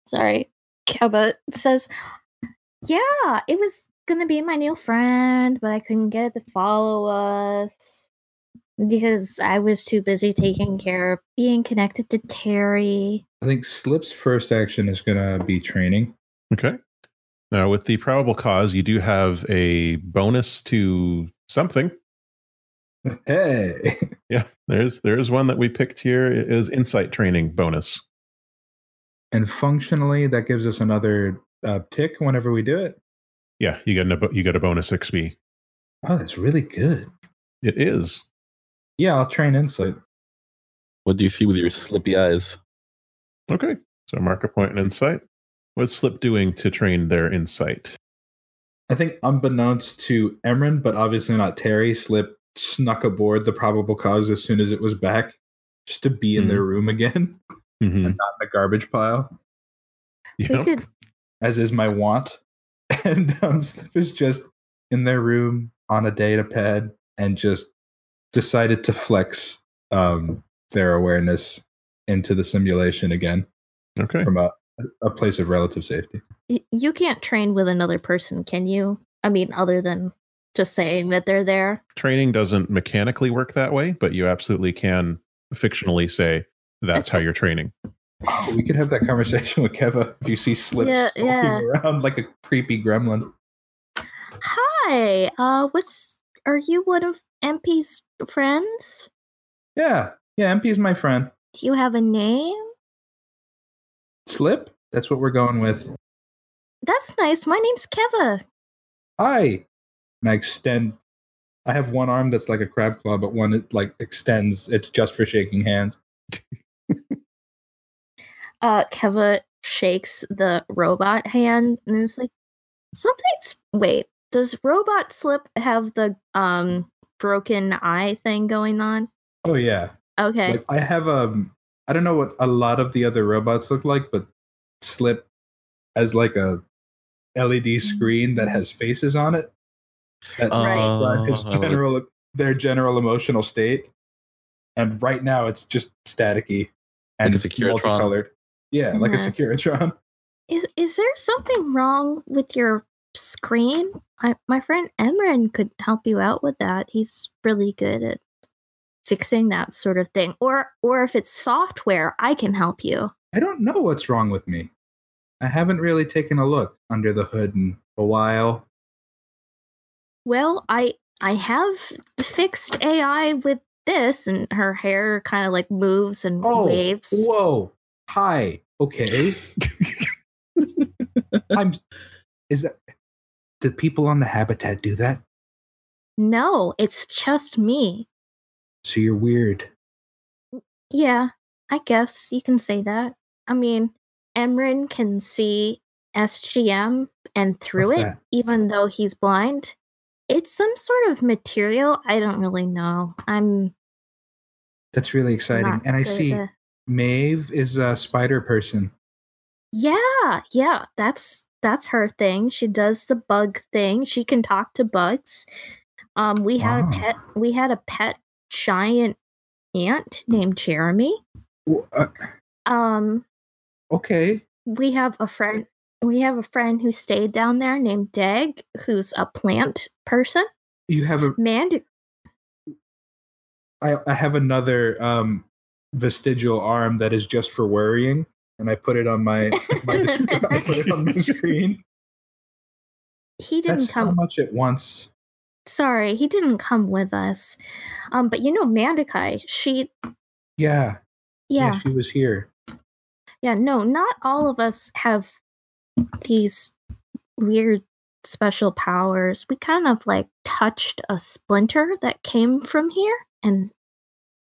Sorry. Keva says, Yeah, it was going to be my new friend, but I couldn't get it to follow us because I was too busy taking care of being connected to Terry. I think slip's first action is going to be training. Okay. Now, with the probable cause, you do have a bonus to something. Hey. Yeah, there's there's one that we picked here. It is insight training bonus. And functionally, that gives us another uh, tick whenever we do it. Yeah, you get a you get a bonus XP. Oh, that's really good. It is. Yeah, I'll train insight. What do you see with your slippy eyes? Okay. So mark a point in insight. What's Slip doing to train their insight? I think unbeknownst to Emran, but obviously not Terry, Slip snuck aboard the probable cause as soon as it was back, just to be in their room again, Mhm. and not in the garbage pile, Yep. We could as is my want. And um, Snip is just in their room on a data pad and just decided to flex um, their awareness into the simulation again Okay. from a, a place of relative safety. y- you can't train with another person, can you? I mean, other than just saying that they're there. Training doesn't mechanically work that way, but you absolutely can fictionally say that's how you're training. Oh, we could have that conversation with Keva if you see Slip Yeah, skulking yeah. around like a creepy gremlin. Hi, uh, what's are you one of MP's friends? Yeah, yeah, MP's my friend. Do you have a name? Slip? That's what we're going with. That's nice. My name's Keva. Hi. And I extend. I have one arm that's like a crab claw, but one it like extends. It's just for shaking hands. Uh, Keva shakes the robot hand and is like, something's. Wait, does robot slip have the um broken eye thing going on? Oh yeah. Okay. Like, I have um I don't know what a lot of the other robots look like, but Slip has like a LED screen that has faces on it. That Right. Uh, describe his general their general emotional state. And right now it's just staticky and Like a Securitron. multicolored. Yeah, like a Mhm. Securitron. Is is there something wrong with your screen? I, my friend Emran could help you out with that. He's really good at fixing that sort of thing. Or or if it's software, I can help you. I don't know what's wrong with me. I haven't really taken a look under the hood in a while. Well, I I have fixed AI with this and her hair kind of like moves and Oh, waves. Whoa. Hi. Okay. I'm is that did people on the habitat do that? No, it's just me. So you're weird. Yeah, I guess you can say that. I mean, Emrin can see SGM and through What's it, that? even though he's blind. It's some sort of material. I don't really know. I'm That's really exciting. not And I good at see the- Maeve is a spider person. Yeah, yeah, that's that's her thing. She does the bug thing. She can talk to bugs. Um, we had Wow. a pet. We had a pet giant ant named Jeremy. Wh- uh, Um, okay. we have a friend we have a friend who stayed down there named Dag, who's a plant person. You have a Mand I, I have another um vestigial arm that is just for worrying and I put it on my, my I put it on my screen. he didn't That's how come much at once. sorry, he didn't come with us. Um, but you know Mandakai, she Yeah, yeah. yeah, she was here. yeah, no, not all of us have these weird special powers. We kind of like touched a splinter that came from here and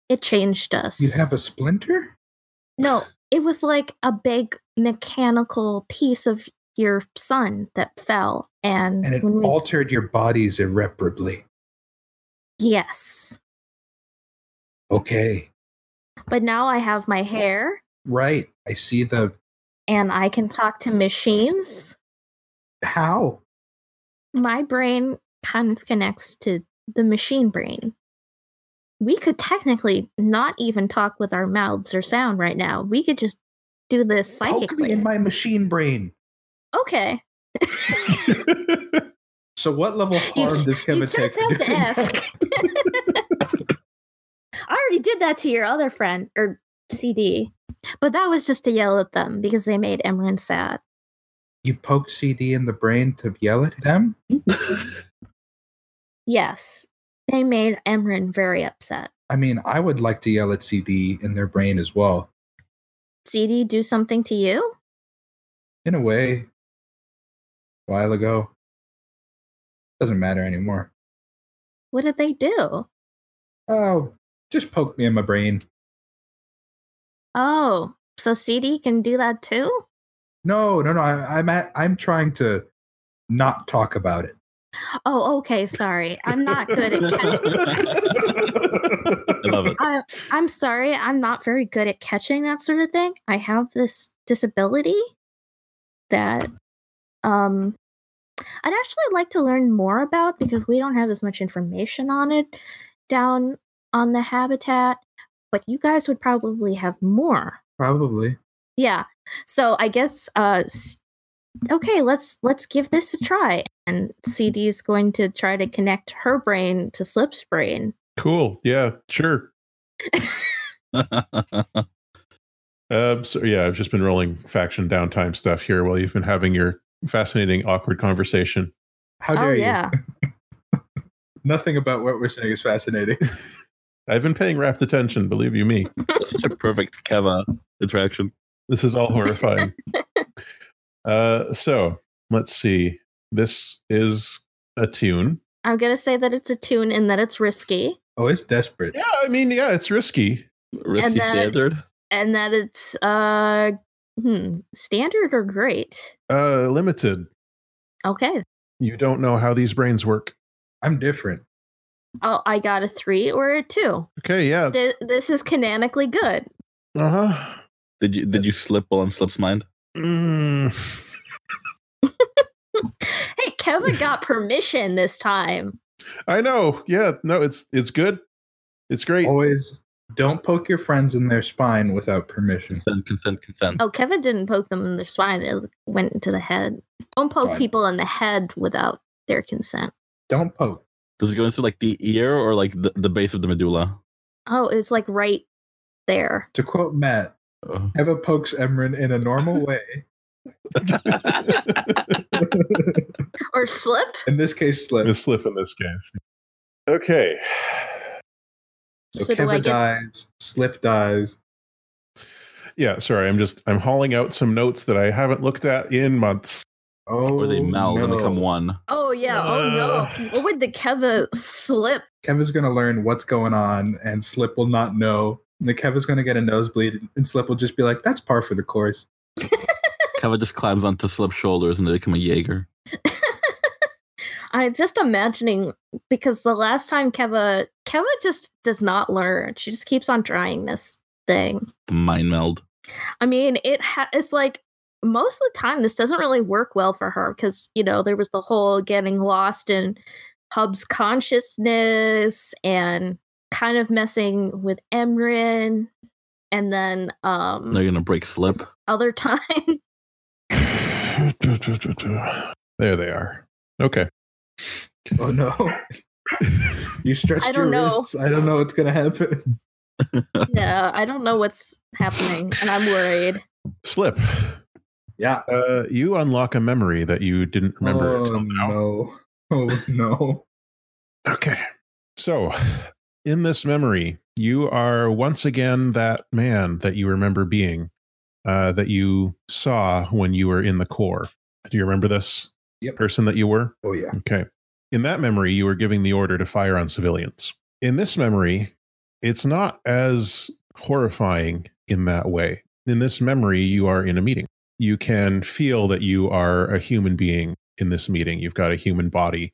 it changed us. You have a splinter? No, it was like a big mechanical piece of your sun that fell, and, And it when we- altered your bodies irreparably. yes, Okay. but now I have my hair, Right. I see the and I can talk to machines. how? My brain kind of connects to the machine brain. We could technically not even talk with our mouths or sound right now. We could just do this Poke me psychically. in my machine brain. okay, So what level harm does you Kevin just take? for have to doing that? ask. I already did that to your other friend or CD, but that was just to yell at them because they made Emran sad. You poke CD in the brain to yell at them? Yes, they made Emran very upset. I mean, I would like to yell at CD in their brain as well. CD, do something to you? In a way, a while ago. Doesn't matter anymore. What did they do? Oh, just poke me in my brain. Oh, so CD can do that too? No, no, no. I, I'm at, I'm trying to not talk about it. Oh, okay. Sorry. I'm not good at catching. I love it. I, I'm sorry. I'm not very good at catching that sort of thing. I have this disability that um I'd actually like to learn more about because we don't have as much information on it down on the habitat, but you guys would probably have more. Probably. Yeah. So I guess uh s- okay, let's let's give this a try and CD's going to try to connect her brain to Slip's brain. Cool. Yeah, sure. Um, so yeah, I've just been rolling faction downtime stuff here while you've been having your fascinating, awkward conversation. How oh dare you? yeah. Nothing about what we're saying is fascinating. I've been paying rapt attention, believe you me. That's such a perfect Keva interaction. This is all horrifying. uh, so let's see. This is a tune. I'm gonna say that it's a tune and that it's risky Oh, it's desperate. Yeah, I mean, yeah, it's risky. Risky then- standard. and that it's uh hmm, standard or great. Uh, limited. Okay. You don't know how these brains work. I'm different. Oh, I got a three or a two. Okay, yeah. Th- this is canonically good. Uh huh. Did you did you slip while on Slip's mind? Mm. Hey, Kevin got permission this time. I know. Yeah, no, it's it's good. It's great. Always don't poke your friends in their spine without permission. Consent, consent, consent. Oh, Kevin didn't poke them in their spine. It went into the head. Don't poke Fine. people in the head without their consent. Don't poke. Does it go into like the ear or like the, the base of the medulla? Oh, it's like right there. To quote Matt, Oh. Eva pokes Emran in a normal way. Or slip? In this case, A slip. slip in this case. Okay. So, So do I Kevin get s- dies, Slip dies. Yeah, sorry. I'm just I'm hauling out some notes that I haven't looked at in months. Oh, Or they meld and no. become one. Oh, yeah. oh, no. Uh. What would the Kevin slip? Kevin's gonna learn what's going on, and Slip will not know. And then Kevin's gonna get a nosebleed, and Slip will just be like, "That's par for the course." Keva just climbs onto Slip's shoulders and they become a Jaeger. I'm just imagining because the last time Keva Keva just does not learn. She just keeps on trying this thing. Mind meld. I mean, it ha- it's like most of the time this doesn't really work well for her because you know there was the whole getting lost in Hub's consciousness and kind of messing with Emrin, and then um They're gonna break Slip. other time. There they are. Okay. Oh no! you stretched I your don't know. wrists. I don't know what's gonna happen. yeah, I don't know what's happening, and I'm worried. Slip. Yeah. Uh, you unlock a memory that you didn't remember oh until now. no! Oh no! Okay. So, in this memory, you are once again that man that you remember being, uh, that you saw when you were in the core. Do you remember this Yep. person that you were? Oh yeah! Okay. In that memory, you were giving the order to fire on civilians. In this memory, it's not as horrifying in that way. In this memory, you are in a meeting. You can feel that you are a human being in this meeting. You've got a human body,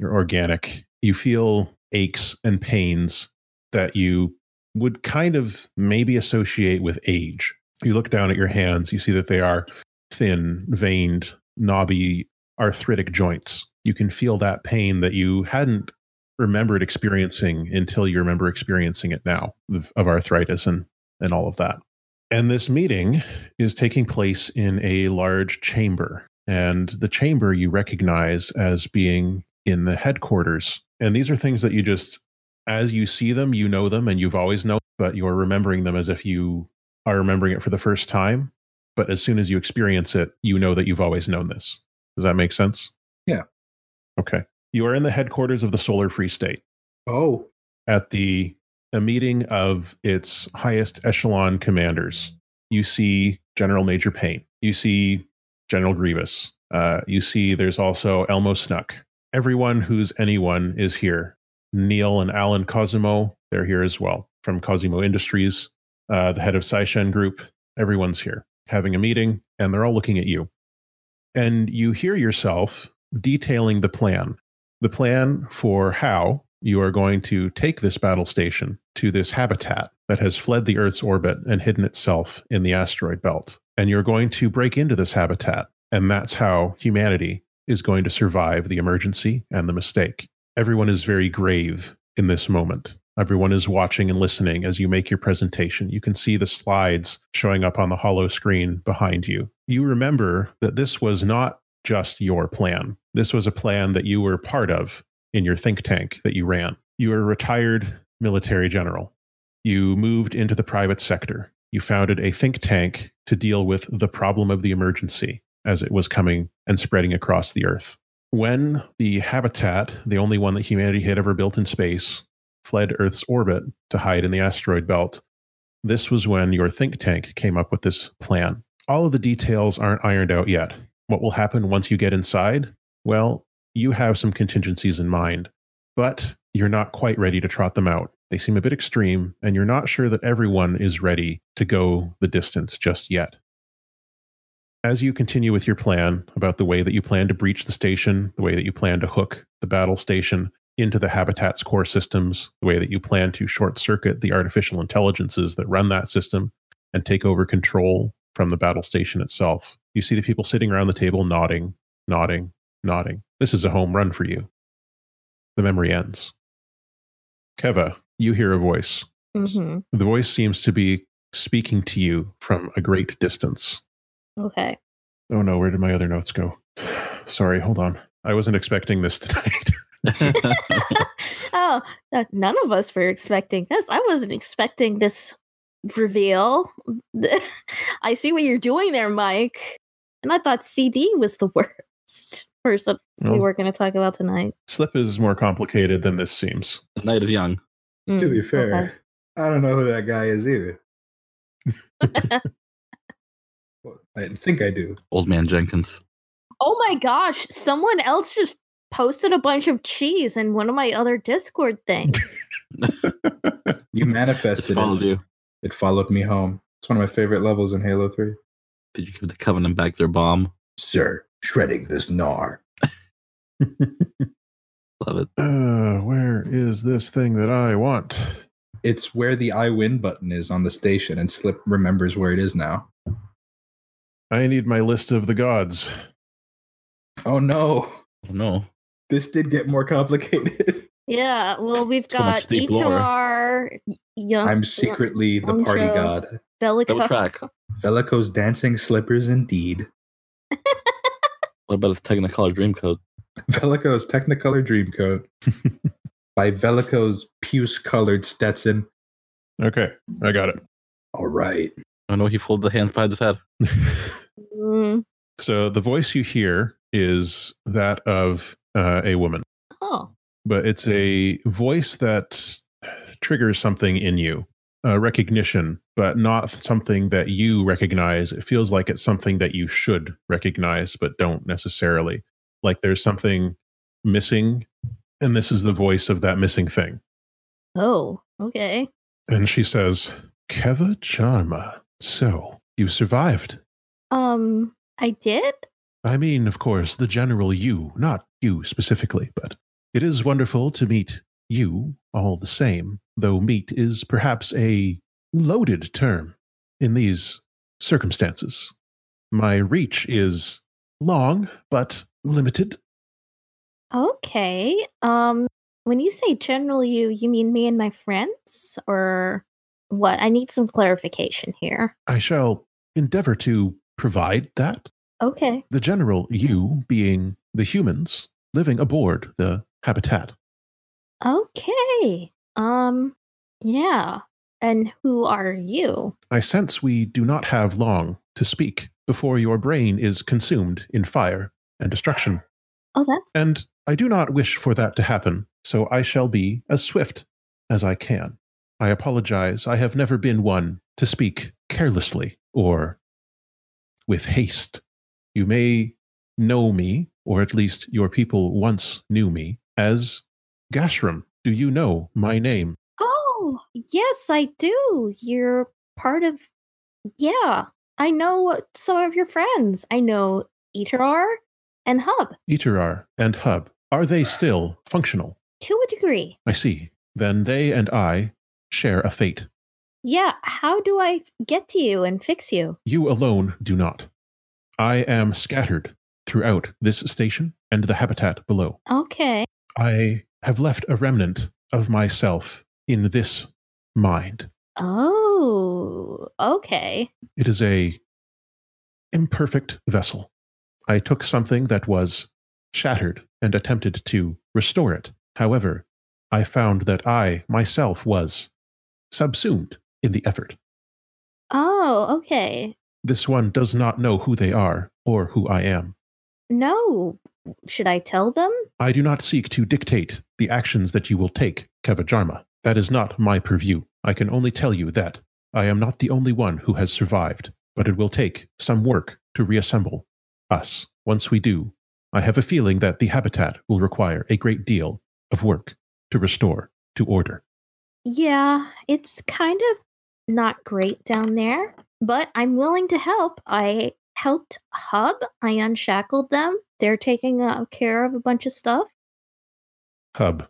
you're organic. You feel aches and pains that you would kind of maybe associate with age. You look down at your hands, you see that they are thin, veined, knobby, arthritic joints. You can feel that pain that you hadn't remembered experiencing until you remember experiencing it now of, of arthritis and, and all of that. And this meeting is taking place in a large chamber. And the chamber you recognize as being in the headquarters. And these are things that you just, as you see them, you know them and you've always known, but you're remembering them as if you are remembering it for the first time. But as soon as you experience it, you know that you've always known this. Does that make sense? Yeah. Okay. You are in the headquarters of the Solar Free State Oh at the a meeting of its highest echelon commanders. You see General Major Payne. You see General Grievous. Uh, you see there's also Elmo Snuck. Everyone who's anyone is here. Neil and Alan Cosimo, they're here as well from Cosimo Industries, uh, the head of Saishen Group. Everyone's here having a meeting, and they're all looking at you. And you hear yourself detailing the plan the plan for how you are going to take this battle station to this habitat that has fled the Earth's orbit and hidden itself in the asteroid belt. And you're going to break into this habitat. And that's how humanity is going to survive the emergency and the mistake. Everyone is very grave in this moment. Everyone is watching and listening as you make your presentation. You can see the slides showing up on the hollow screen behind you. You remember that this was not just your plan. This was a plan that you were part of in your think tank that you ran. You are a retired military general. You moved into the private sector. You founded a think tank to deal with the problem of the emergency as it was coming and spreading across the earth. When the habitat, the only one that humanity had ever built in space, fled Earth's orbit to hide in the asteroid belt, this was when your think tank came up with this plan. All of the details aren't ironed out yet. What will happen once you get inside? Well, you have some contingencies in mind, but you're not quite ready to trot them out. They seem a bit extreme, and you're not sure that everyone is ready to go the distance just yet. As you continue with your plan about the way that you plan to breach the station, the way that you plan to hook the battle station into the habitat's core systems, the way that you plan to short circuit the artificial intelligences that run that system and take over control from the battle station itself, you see the people sitting around the table nodding, nodding, nodding. This is a home run for you. The memory ends. Keva, you hear a voice. Mm-hmm. The voice seems to be speaking to you from a great distance. Okay. Oh no, where did my other notes go? Sorry, hold on. I wasn't expecting this tonight. oh, uh, none of us were expecting this. I wasn't expecting this reveal. I see what you're doing there, Mike. And I thought CD was the worst person we Well, were going to talk about tonight. Slip is more complicated than this seems. Night is young. Mm, to be fair, okay. I don't know who that guy is either. Well, I think I do. Old man Jenkins. Oh my gosh, someone else just posted a bunch of cheese in one of my other Discord things. You Just manifested it. followed you. It followed me home. It's one of my favorite levels in Halo 3. Did you give the Covenant back their bomb? Sir, shredding this gnar. Love it. Uh, where is this thing that I want? It's where the I win button is on the station, and Slip remembers where it is now. I need my list of the gods. Oh no, Oh, no. this did get more complicated. yeah, well, we've So got much deep lore. Ichar, Young, I'm secretly the I'm party sure. god. Double Bellica. track. Velico's dancing slippers indeed. What about his Technicolor dream coat? Velico's Technicolor Dreamcoat by Velico's puce colored Stetson. Okay, I got All right. Oh no, he folded the hands behind his head. it. Mm, So the voice you hear is that of uh, a woman, oh, but it's a voice that triggers something in you, uh, recognition, but not something that you recognize. It feels like it's something that you should recognize, but don't necessarily. Like there's something missing, and this is the voice of that missing thing. oh, okay. And she says, Keva Charma, so you survived. Um, I did. I mean, of course, the general you, not you specifically, but it is wonderful to meet you all the same, though meet is perhaps a loaded term in these circumstances. My reach is long, but limited. Okay. Um, when you say general you, you mean me and my friends, or what? I need some clarification here. I shall endeavor to provide that. Okay. The general you being the humans living aboard the habitat. Okay. Um, yeah. And who are you? I sense we do not have long to speak before your brain is consumed in fire and destruction, Oh, that's and I do not wish for that to happen, so I shall be as swift as I can. I apologize, I have never been one to speak carelessly or with haste. You may know me, or at least your people once knew me, as Gashram. Do you know my name? Oh, yes, I do. You're part of. Yeah, I know what- some of your friends. I know Eterar and Hub. Iterar and Hub Are they still functional? To a degree. I see. Then they and I share a fate. Yeah, how do I get to you and fix you? You alone do not. I am scattered throughout this station and the habitat below. Okay. I have left a remnant of myself in this mind. Oh, okay. It is a imperfect vessel. I took something that was shattered and attempted to restore it. However, I found that I myself was subsumed in the effort. Oh, okay. This one does not know who they are or who I am. No. Should I tell them? I do not seek to dictate the actions that you will take, Kevajarma. That is not my purview. I can only tell you that I am not the only one who has survived, but it will take some work to reassemble us. Once we do, I have a feeling that the habitat will require a great deal of work to restore to order. Yeah, it's kind of not great down there, but I'm willing to help. I helped Hub, I unshackled them. They're taking uh, care of a bunch of stuff. Hub.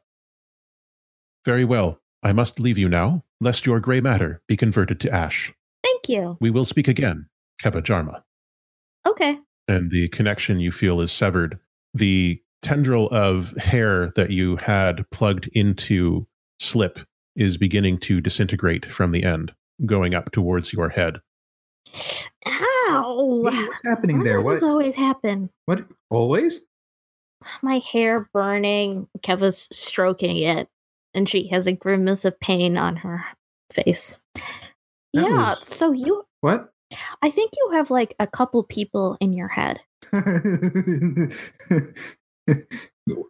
Very well. I must leave you now, lest your gray matter be converted to ash. Thank you. We will speak again, Kevajarma. Okay. and the connection you feel is severed. The tendril of hair that you had plugged into Slip is beginning to disintegrate from the end, going up towards your head. Ow! Hey, what's happening Why there? does What? this always happen? What? Always? My hair burning. Keva's stroking it, and she has a grimace of pain on her face. That yeah, was- so you, What? I think you have like a couple people in your head.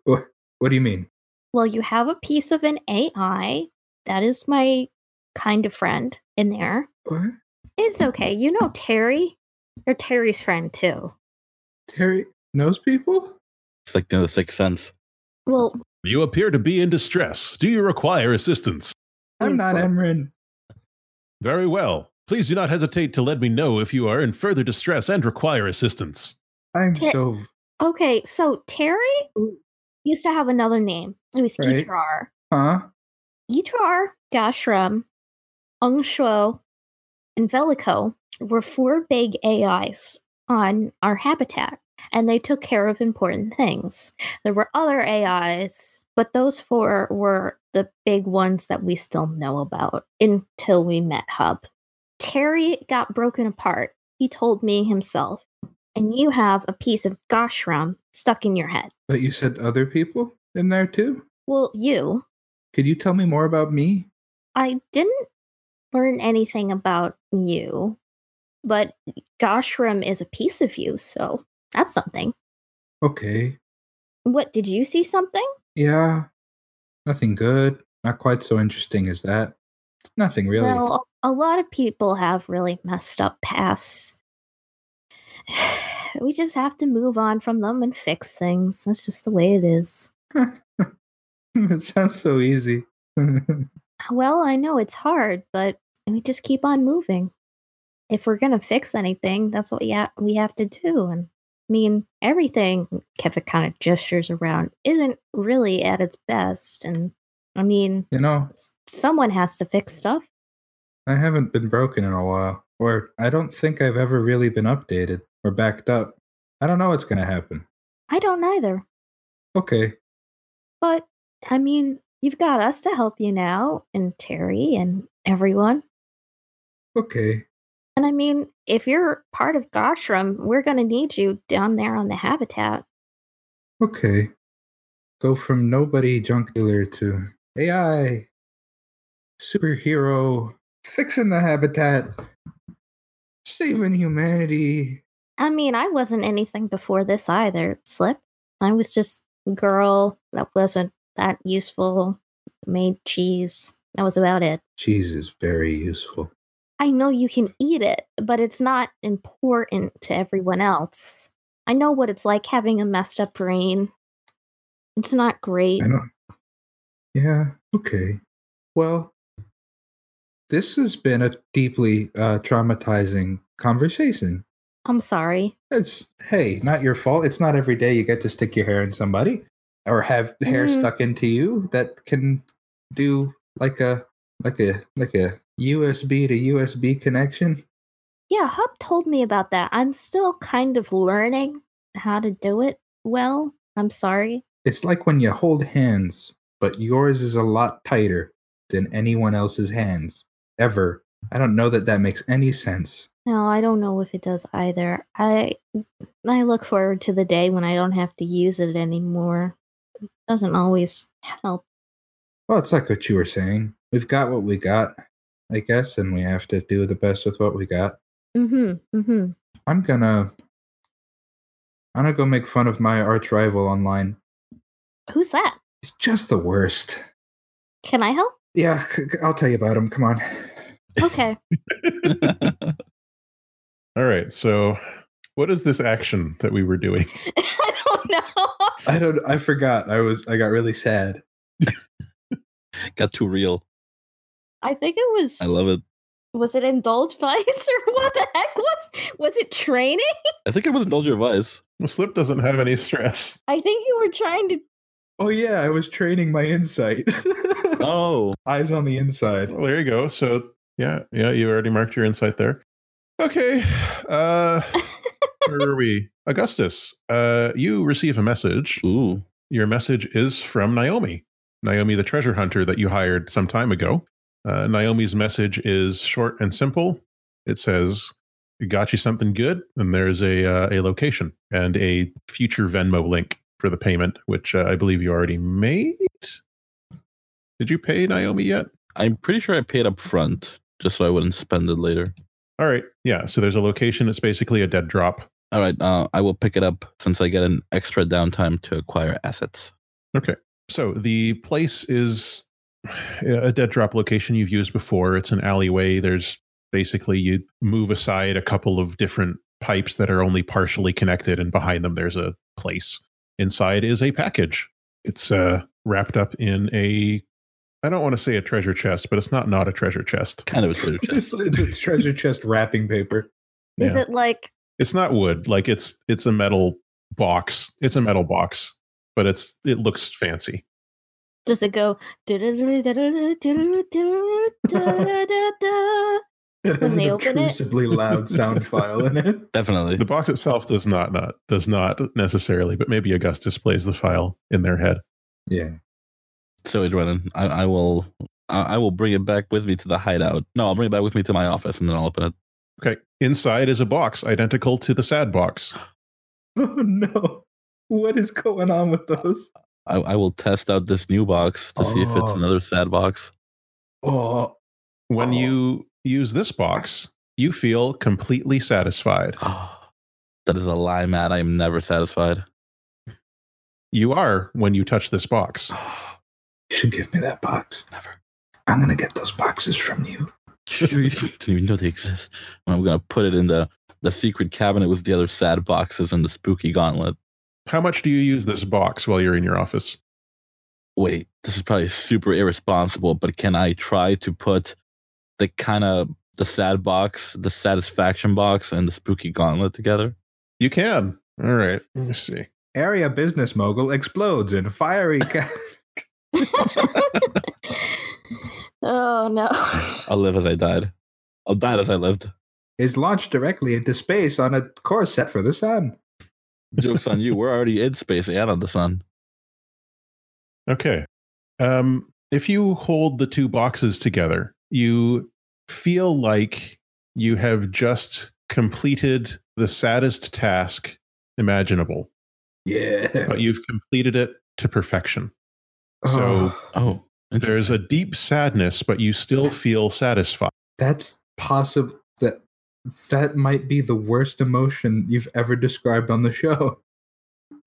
what what do you mean? Well, you have a piece of an AI. That is my kind of friend in there. What? It's okay. You know Terry. You're Terry's friend too. Terry knows people? It's like you know, the sixth sense. Well, You appear to be in distress. Do you require assistance? I'm Yes, not sir. Emrin. Very well. Please do not hesitate to let me know if you are in further distress and require assistance. I'm Ter- so. okay. So Terry used to have another name. It was Right. Itrar. Huh? Itrar, Gashram, Ungshuo, and Velico were four big AIs on our habitat, and they took care of important things. There were other AIs, but those four were the big ones that we still know about until we met Hub. Terry got broken apart, he told me himself, and you have a piece of Gashram stuck in your head. But you said other people in there too? Well, you, Could you tell me more about me? I didn't learn anything about you, but Goshram is a piece of you, so that's something. Okay. What did you see something? Yeah. Nothing good. Not quite so interesting as that. Nothing really. Well, a lot of people have really messed up pasts. We just have to move on from them and fix things. That's just the way it is. it sounds so easy. Well, I know it's hard, but we just keep on moving. If we're gonna fix anything, that's what we, ha- we have to do. And I mean, everything Kevin kind of gestures around isn't really at its best. And I mean, you know, s- someone has to fix stuff. I haven't been broken in a while, or I don't think I've ever really been updated or backed up. I don't know what's going to happen. I don't either, Okay. but I mean, you've got us to help you now, and Terry and everyone. Okay. And I mean, if you're part of Goshram, we're gonna need you down there on the habitat. Okay. Go from nobody junk dealer to AI superhero fixing the habitat, saving humanity. I mean, I wasn't anything before this either, Slip. I was just a girl that wasn't that useful, made cheese. That was about it. Cheese is very useful. I know you can eat it, but it's not important to everyone else. I know what it's like having a messed up brain. It's not great. I don't. Yeah. Okay. Well, this has been a deeply uh, traumatizing conversation. I'm sorry. It's hey, not your fault. It's not every day you get to stick your hair in somebody. or have hair Mhm. stuck into you that can do like a like a like a USB to USB connection. Yeah, Hub told me about that. I'm still kind of learning how to do it well. I'm sorry. It's like when you hold hands, but yours is a lot tighter than anyone else's hands ever. I don't know that that makes any sense. No, I don't know if it does either. I I look forward to the day when I don't have to use it anymore. It doesn't always help. Well, it's like what you were saying. We've got what we got, I guess, and we have to do the best with what we got. Mhm. Mhm. I'm gonna I'm gonna go make fun of my arch rival online. Who's that? He's just the worst. Can I help? Yeah, c- c- I'll tell you about him. Come on. Okay. All right. So, what is this action that we were doing? I don't know. I don't I forgot. I was I got really sad. Got too real. I think it was I love it. was it indulge vice or what the heck was was it training? I think I would indulge your advice. Well, Slip doesn't have any stress. I think you were trying to Oh yeah, I was training my insight. Oh, Eyes on the inside. Well, there you go. So, yeah, yeah, you already marked your insight there. Okay. Uh, where are we? Augustus, uh, you receive a message. ooh, Your message is from Naomi, Naomi, the treasure hunter that you hired some time ago. Uh, Naomi's message is short and simple. It says, "Got you something good," and there's a uh, a location and a future Venmo link for the payment, which uh, I believe you already made. Did you pay Naomi yet? I'm pretty sure I paid up front just so I wouldn't spend it later. All right, yeah. So there's a location. It's basically a dead drop. All right, uh, I will pick it up since I get an extra downtime to acquire assets. So the place is a dead drop location you've used before. It's an alleyway. There's basically you move aside a couple of different pipes that are only partially connected, and behind them there's a place. Inside is a package. It's uh, wrapped up in a I don't want to say a treasure chest, but it's not not a treasure chest. Kind of a treasure chest. It's, it's treasure chest wrapping paper. is Yeah. it like It's not wood. Like it's it's a metal box. It's a metal box, but it's it looks fancy. does it go okay It When has an they open it? obtrusively loud sound file in it. Definitely. The box itself does not not does not necessarily, but maybe Augustus plays the file in their head. Yeah. So Adrenaline, I, I will I, I will bring it back with me to the hideout. No, I'll bring it back with me to my office and then I'll open it. Okay. Inside is a box identical to the sad box. Oh no. What is going on with those? I, I will test out this new box to see if it's Oh. another sad box. Oh, When Oh. you use this box, you feel completely satisfied. that is a lie, Matt. I am never satisfied. You are when you touch this box. you should give me that box. Never. I'm gonna get those boxes from you. you didn't even know they exist. And I'm gonna put it in the the secret cabinet with the other sad boxes and the spooky gauntlet. How much do you use this box while you're in your office? Wait, this is probably super irresponsible, but can I try to put the kind of the sad box, the satisfaction box, and the spooky gauntlet together? You can. All right. Let me see. Area business mogul explodes in fiery. Ca- oh no I'll live as I died. I'll die as I lived. is launched directly into space on a course set for the sun. Joke's on you. We're already in space and on the sun. Okay. Um, if you hold the two boxes together, you feel like you have just completed the saddest task imaginable, Yeah. but you've completed it to perfection. So- Oh, There's a deep sadness, but you still feel satisfied. that's possible. That that might be the worst emotion you've ever described on the show.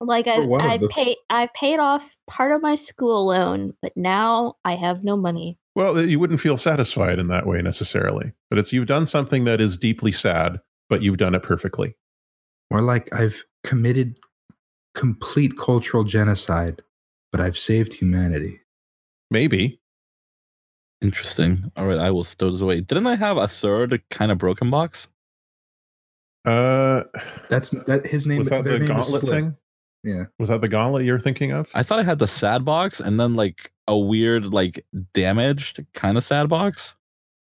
like i Or one of i the- paid i paid off part of my school loan but now i have no money Well, uh, you wouldn't feel satisfied in that way necessarily, but it's you've done something that is deeply sad, but you've done it perfectly. Or like I've committed complete cultural genocide, but I've saved humanity. Maybe. interesting. All right, I will stow this away. Didn't I have a third kind of broken box? Uh, That's that. His name was that their the name is gauntlet Slip. thing? Yeah. Was that the gauntlet you were thinking of? I thought I had the sad box and then like a weird, like damaged kind of sad box.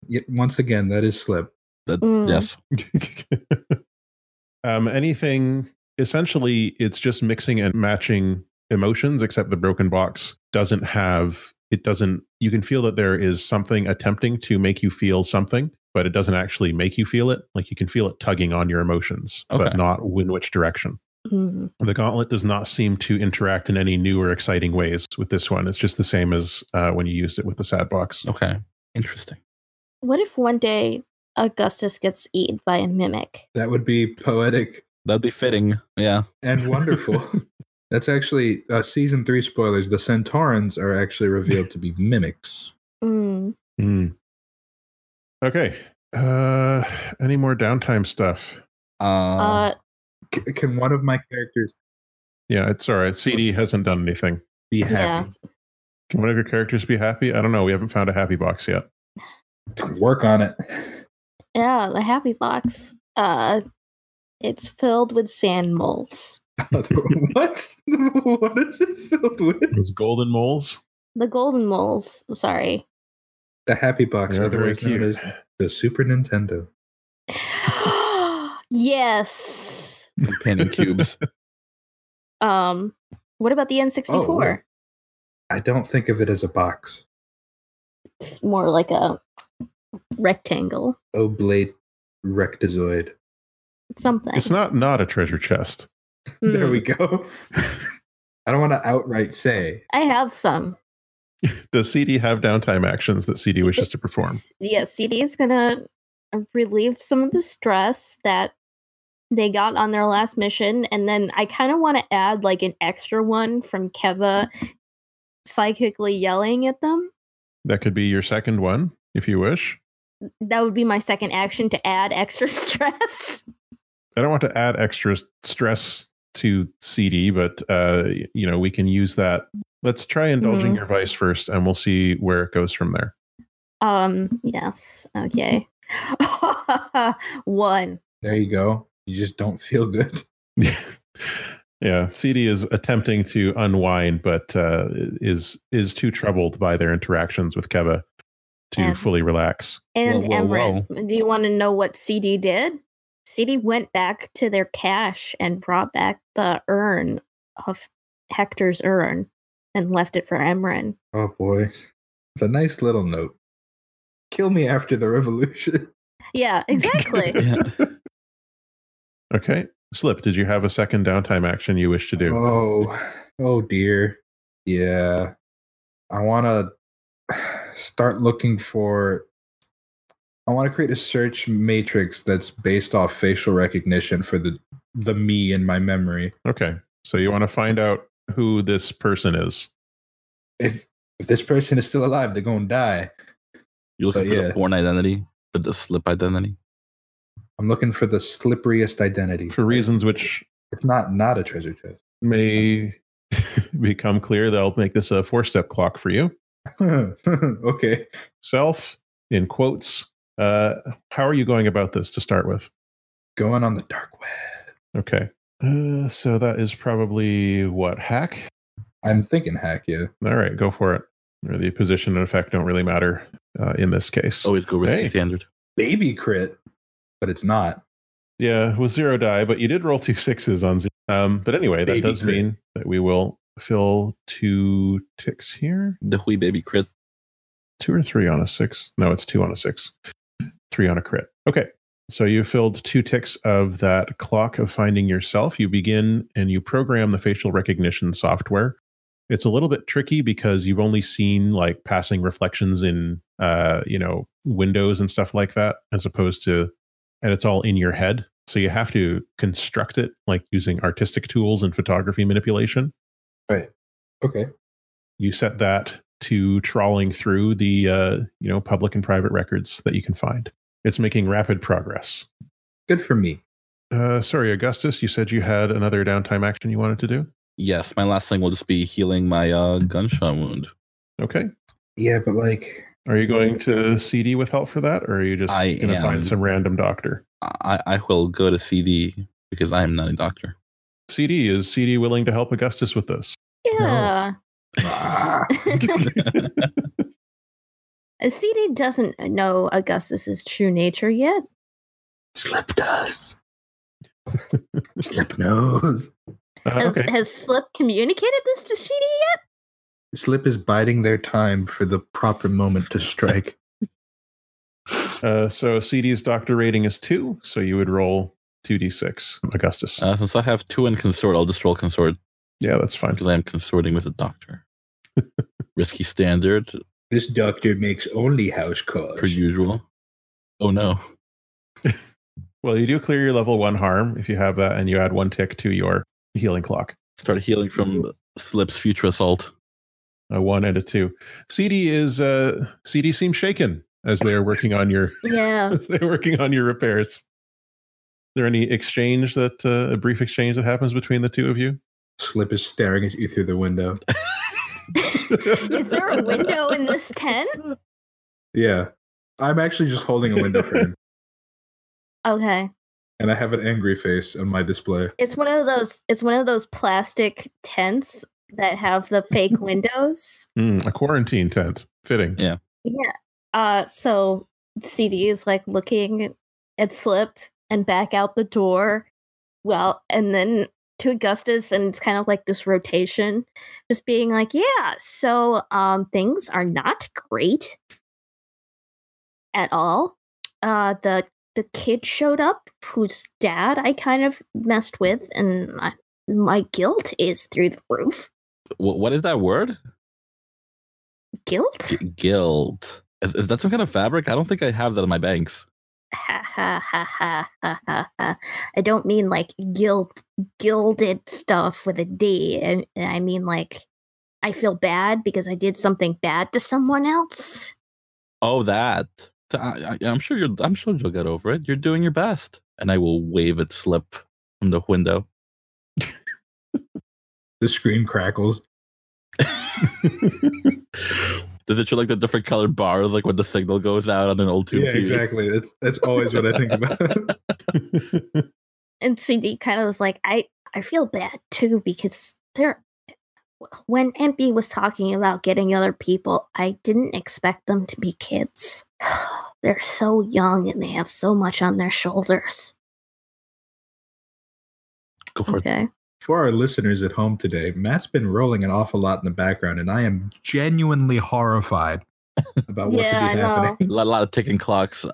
Yet, once again, that is slip. That Mm. yes. um, anything essentially, it's just mixing and matching emotions, except the broken box doesn't have it doesn't you can feel that there is something attempting to make you feel something, but it doesn't actually make you feel it. Like you can feel it tugging on your emotions, but Okay. not in which direction. Mhm. The gauntlet does not seem to interact in any new or exciting ways with this one. It's just the same as uh, when you used it with the sad box. Okay. Interesting. What if one day Augustus gets eaten by a mimic? That would be poetic That'd be fitting. Yeah. and wonderful. That's actually uh, season three spoilers. The Centaurans are actually revealed to be mimics. Mm. Hmm. Okay. Uh, any more downtime stuff? Um, uh, C- can one of my characters Yeah, it's all right. CD hasn't done anything. be yeah. happy? Can one of your characters be happy? I don't know. We haven't found a happy box yet. Work on it. Yeah, the happy box. Uh, it's filled with sand moles. what? what is it filled with? Those golden moles. The golden moles. Sorry. The Happy Box, They're very otherwise known cute. as the Super Nintendo. yes. companion cubes. Um, what about the N64? Oh, wow. I don't think of it as a box. It's more like a rectangle, Oblate Oh, rectozoid. something. It's not not a treasure chest. There Mm. we go. I don't want to outright say. I have some. Does CD have downtime actions that CD wishes to perform? S- Yeah, CD is gonna relieve some of the stress that they got on their last mission, and then I kind of want to add like an extra one from Keva psychically yelling at them. That could be your second one if you wish. That would be my second action to add extra stress. I don't want to add extra s- stress to CD, but uh, y- you know we can use that. Let's try indulging Mhm. your vice first, and we'll see where it goes from there. Um, yes, okay. one. There you go. You just don't feel good. yeah, CD is attempting to unwind, but uh, is is too troubled by their interactions with Keva to Yeah. fully relax. And Whoa, whoa, Emran, do you want to know what CD did? CD went back to their cache and brought back the urn of Hector's urn and left it for Emran. Oh boy. It's a nice little note. Kill me after the revolution. Yeah, exactly. yeah. Okay, Slip, did you have a second downtime action you wish to do? Oh, oh dear. Yeah. I want to start looking for. I want to create a search matrix that's based off facial recognition for the the me in my memory. Okay, so you want to find out who this person is. If if this person is still alive, they're gonna die. You're looking But for yeah. the born identity, but the slip identity. I'm looking for the slipperiest identity For reasons which It's not not a treasure chest. may become clear, they'll make this a four step clock for you. okay. Self, in quotes. Uh, how are you going about this to start with? Going on the dark web. Okay. Uh, so that is probably what hack. I'm thinking hack you. All right, go for it. Or the position and effect don't really matter uh, in this case. Oh. Always go risky Hey. Oh, standard. Baby crit, but it's not. Yeah, with zero die, but you did roll two sixes on zero. Um, but anyway, that Baby does crit. mean that we will fill two ticks here. The hui baby crit. Two or three on a six. No, it's two on a six. Three on a crit. Okay. So you filled two ticks of that clock of finding yourself. You begin and you program the facial recognition software. It's a little bit tricky because you've only seen like passing reflections in uh, you know, windows and stuff like that, as opposed to and it's all in your head. So you have to construct it like using artistic tools and photography manipulation Right. Okay. you set that to trawling through the uh, you know public and private records that you can find. It's making rapid progress. Good for me. Uh, sorry, Augustus, you said you had another downtime action you wanted to do. Yes, my last thing will just be healing my uh, gunshot wound. Okay, Yeah, but like are you going to CD with help for that, or are you just I going to am. find some random doctor? I, I will go to CD because I am not a doctor. CD, is CD willing to help Augustus with this? Yeah. Ah. CD doesn't know Augustus's true nature yet. Slip does. Slip knows. Uh, Has, okay. has Slip communicated this to CD yet? Slip is biding their time for the proper moment to strike. Uh, so CD's doctor rating is two, so you would roll 2d6, Augustus. Uh, since I have two in consort, I'll just roll consort yeah, that's fine. because I am consorting with a doctor. Risky standard This doctor makes only house calls. per usual. Oh no. Well, you do clear your level one harm if you have that, and you add one tick to your healing clock. Start healing from Slip's future assault. A one and a two. CD is uh, CD seems shaken as they are working on your Yeah. as they're working on your repairs. Is there any exchange that uh, a brief exchange that happens between the two of you? Slip is staring at you through the window. Is there a window in this tent? Yeah. I'm actually just holding a window frame Okay. and I have an angry face on my display. It's one of those it's one of those plastic tents that have the fake windows. Hmm, a quarantine tent, fitting. Yeah. Yeah. Uh so CD is like looking at Slip and back out the door. Well, and then to Augustus and it's kind of like this rotation just being like, yeah, so um things are not great at all. Uh the the kid showed up whose dad I kind of messed with and my, my guilt is through the roof. Wh- what is that word? Guilt? G- guild. Is, is that some kind of fabric? I don't think I have that in my banks. ha ha ha ha ha ha ha. I don't mean like guild gilded stuff with a D. I, I mean like I feel bad because I did something bad to someone else. Oh, that. I, am sure you're. I'm sure you'll get over it. You're doing your best, and I will wave at Slip from the window. The screen crackles. Does it show like the different colored bars, like when the signal goes out on an old tube yeah, TV? exactly. That's that's always what I think about. And CD kind of was like, I I feel bad too because there. When MP was talking about getting other people, I didn't expect them to be kids. They're so young and they have so much on their shoulders. Go for it. Okay. For our listeners at home today, Matt's been rolling an awful lot in the background, and I am genuinely horrified about what Yeah, could I be happening. know. A lot, lot of ticking clocks.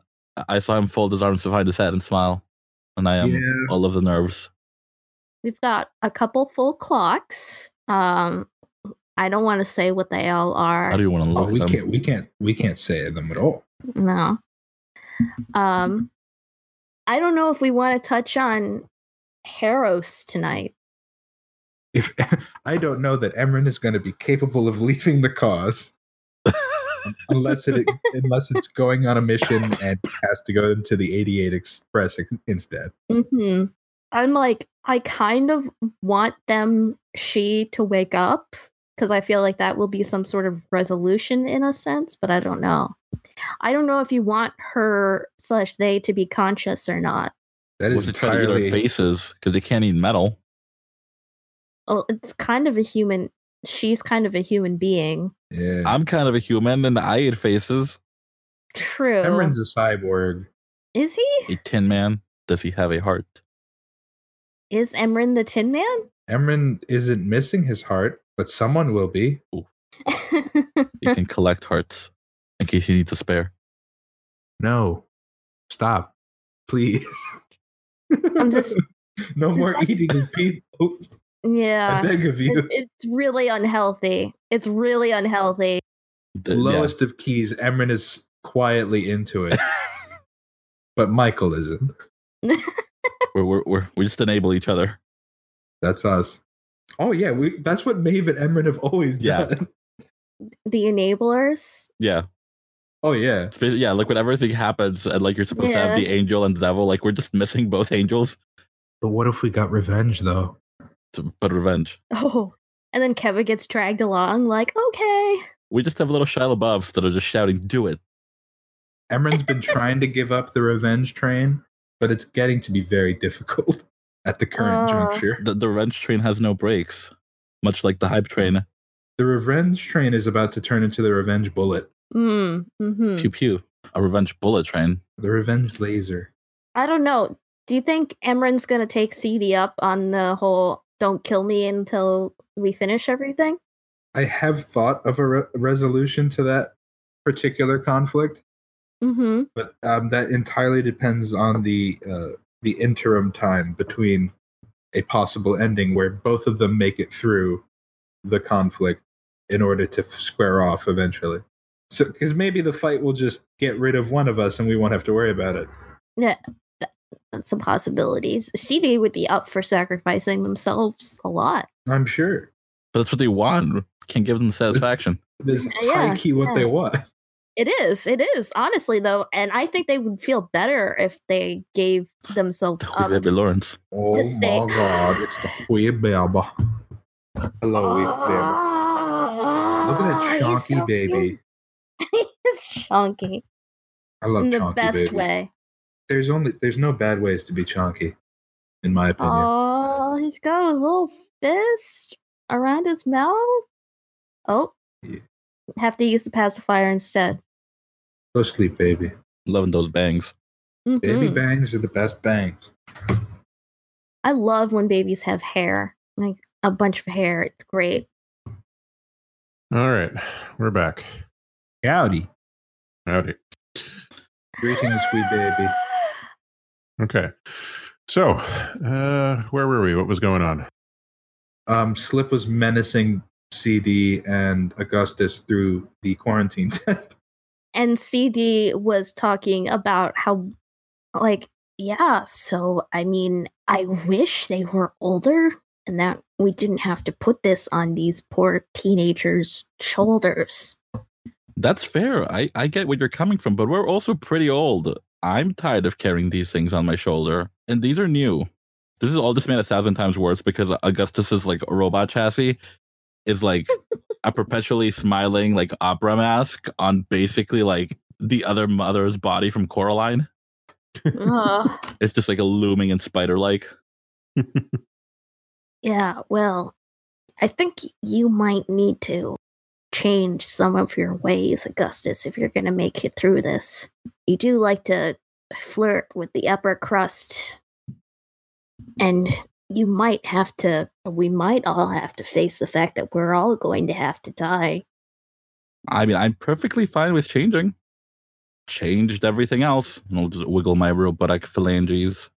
I saw him fold his arms behind his head and smile, and I am Yeah. all of the nerves. We've got a couple full clocks. Um, I don't want to say what they all are. How do you want to Oh, look we them? can't we can't we can't say them at all. No. Um, I don't know if we want to touch on Harrows tonight. If I don't know that Emran is going to be capable of leaving the cause unless it unless it's going on a mission and has to go into the 88 Express ex- instead. hmm I'm like, I kind of want them, she to wake up because I feel like that will be some sort of resolution in a sense, but I don't know. I don't know if you want her slash they to be conscious or not. That we is should try to eat our entirely faces because they can't eat metal. Oh, it's kind of a human. She's kind of a human being. yeah. I'm kind of a human, and I eat faces. True. Emran's a cyborg. Is A he? tin man. Does he have a heart? Is Emran the Tin Man? Emran isn't missing his heart, but someone will be. He can collect hearts in case he needs a spare. No. Stop. Please. I'm just- no just- Uh, more eating with people. I yeah. beg of It- Uh, you. it's really unhealthy. It's really unhealthy. The- yeah. Lowest of keys, Emran is quietly into it. but Michael isn't. we're, we're, we're, we just enable each other. That's us. Oh yeah, we that's what Maeve and Emran have always Yeah. done. The enablers. Yeah. Oh yeah. It's basi- yeah, like when everything happens and like you're supposed to have Yeah. the angel and the devil, like we're just missing both angels But what if we got revenge though? to but revenge. Oh. And then Kevin gets dragged along, like, okay. We just have little Shia LaBeoufs that are just shouting, do it. Emran's been trying to give up the revenge train, but it's getting to be very difficult. at the current Uh. juncture. The, the wrench train has no brakes, much like the hype train. The revenge train is about to turn into the revenge bullet, Mm, hmm Pew pew. A revenge bullet train. the revenge laser. I don't know. Do you think Emran's gonna take CD up on the whole "Don't kill me until we finish everything"? I have thought of a re- resolution to that particular conflict, Mm-hmm. but um, that entirely depends on the uh, the interim time between a possible ending where both of them make it through the conflict in order to f- square off eventually. So, because maybe the fight will just get rid of one of us and we won't have to worry about it. Some possibilities. CD would be up for sacrificing themselves a lot. I'm sure. But that's what they want. Can't give them satisfaction. It is Yeah, high key what yeah. they want. It is. It is. Honestly, though, and I think they would feel better if they gave themselves Huey up. Baby Lawrence. Oh Just say- my god, it's the wee baby. Hello, wee baby. Look at that Ah, he's chunky so baby. cute. he's chunky I love in the chunky best babies. way. There's only there's no bad ways to be chunky, in my opinion. Oh, he's got a little fist around his mouth. Oh, Yeah. have to use the pacifier instead. Go sleep, baby. Loving those bangs. Baby Mhm. bangs are the best bangs. I love when babies have hair, like a bunch of hair. It's great. All right, we're back. Howdy. Howdy. Greetings, wee baby. Okay. So, uh, where were we? What was going on? Um, Slip was menacing CD and Augustus through the quarantine tent. And CD was talking about how, like, yeah. So I mean, I wish they were older and that we didn't have to put this on these poor teenagers' shoulders. That's fair. I, I get where you're coming from, but we're also pretty old. I'm tired of carrying these things on my shoulder, and these are new. This is all just made a thousand times worse because Augustus's like robot chassis is like a perpetually smiling like opera mask on basically like the other mother's body from Coraline. Ugh. It's just like a looming and spider like. Yeah, well, I think you might need to change some of your ways, Augustus, if you're going to make it through this. You do like to flirt with the upper crust, and you might have to, we might all have to face the fact that we're all going to have to die. I mean, I'm perfectly fine with changing. Changed everything else. And I'll just wiggle my robotic phalanges.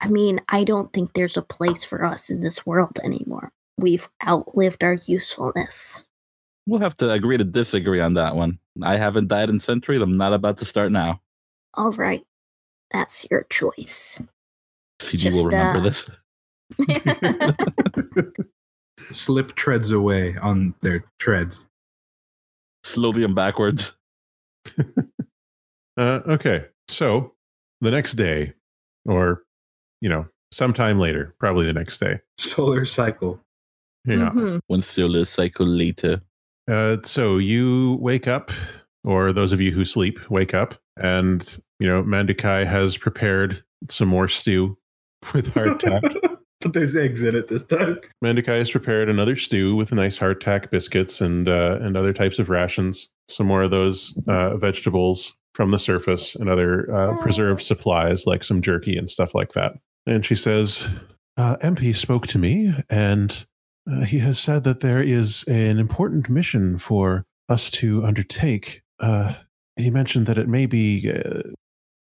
I mean, I don't think there's a place for us in this world anymore. We've outlived our usefulness. We'll have to agree to disagree on that one. I haven't died in centuries. I'm not about to start now. All right, that's your choice. CG Just, will remember uh, this. Slip treads away on their treads. Slowly and backwards. Uh, okay. So, the next day, or, you know, sometime later, probably the next day. Solar cycle. Yeah. Mhm. One solar cycle later. Uh, so you wake up, or those of you who sleep wake up, and you know Mandukai has prepared some more stew with hardtack. but there's eggs in it this time. Mandukai has prepared another stew with nice hardtack biscuits and uh, and other types of rations. Some more of those uh, vegetables from the surface and other uh, preserved supplies like some jerky and stuff like that. And she says, uh, "MP spoke to me, and uh, he has said that there is an important mission for us to undertake. Uh, he mentioned that it may be uh,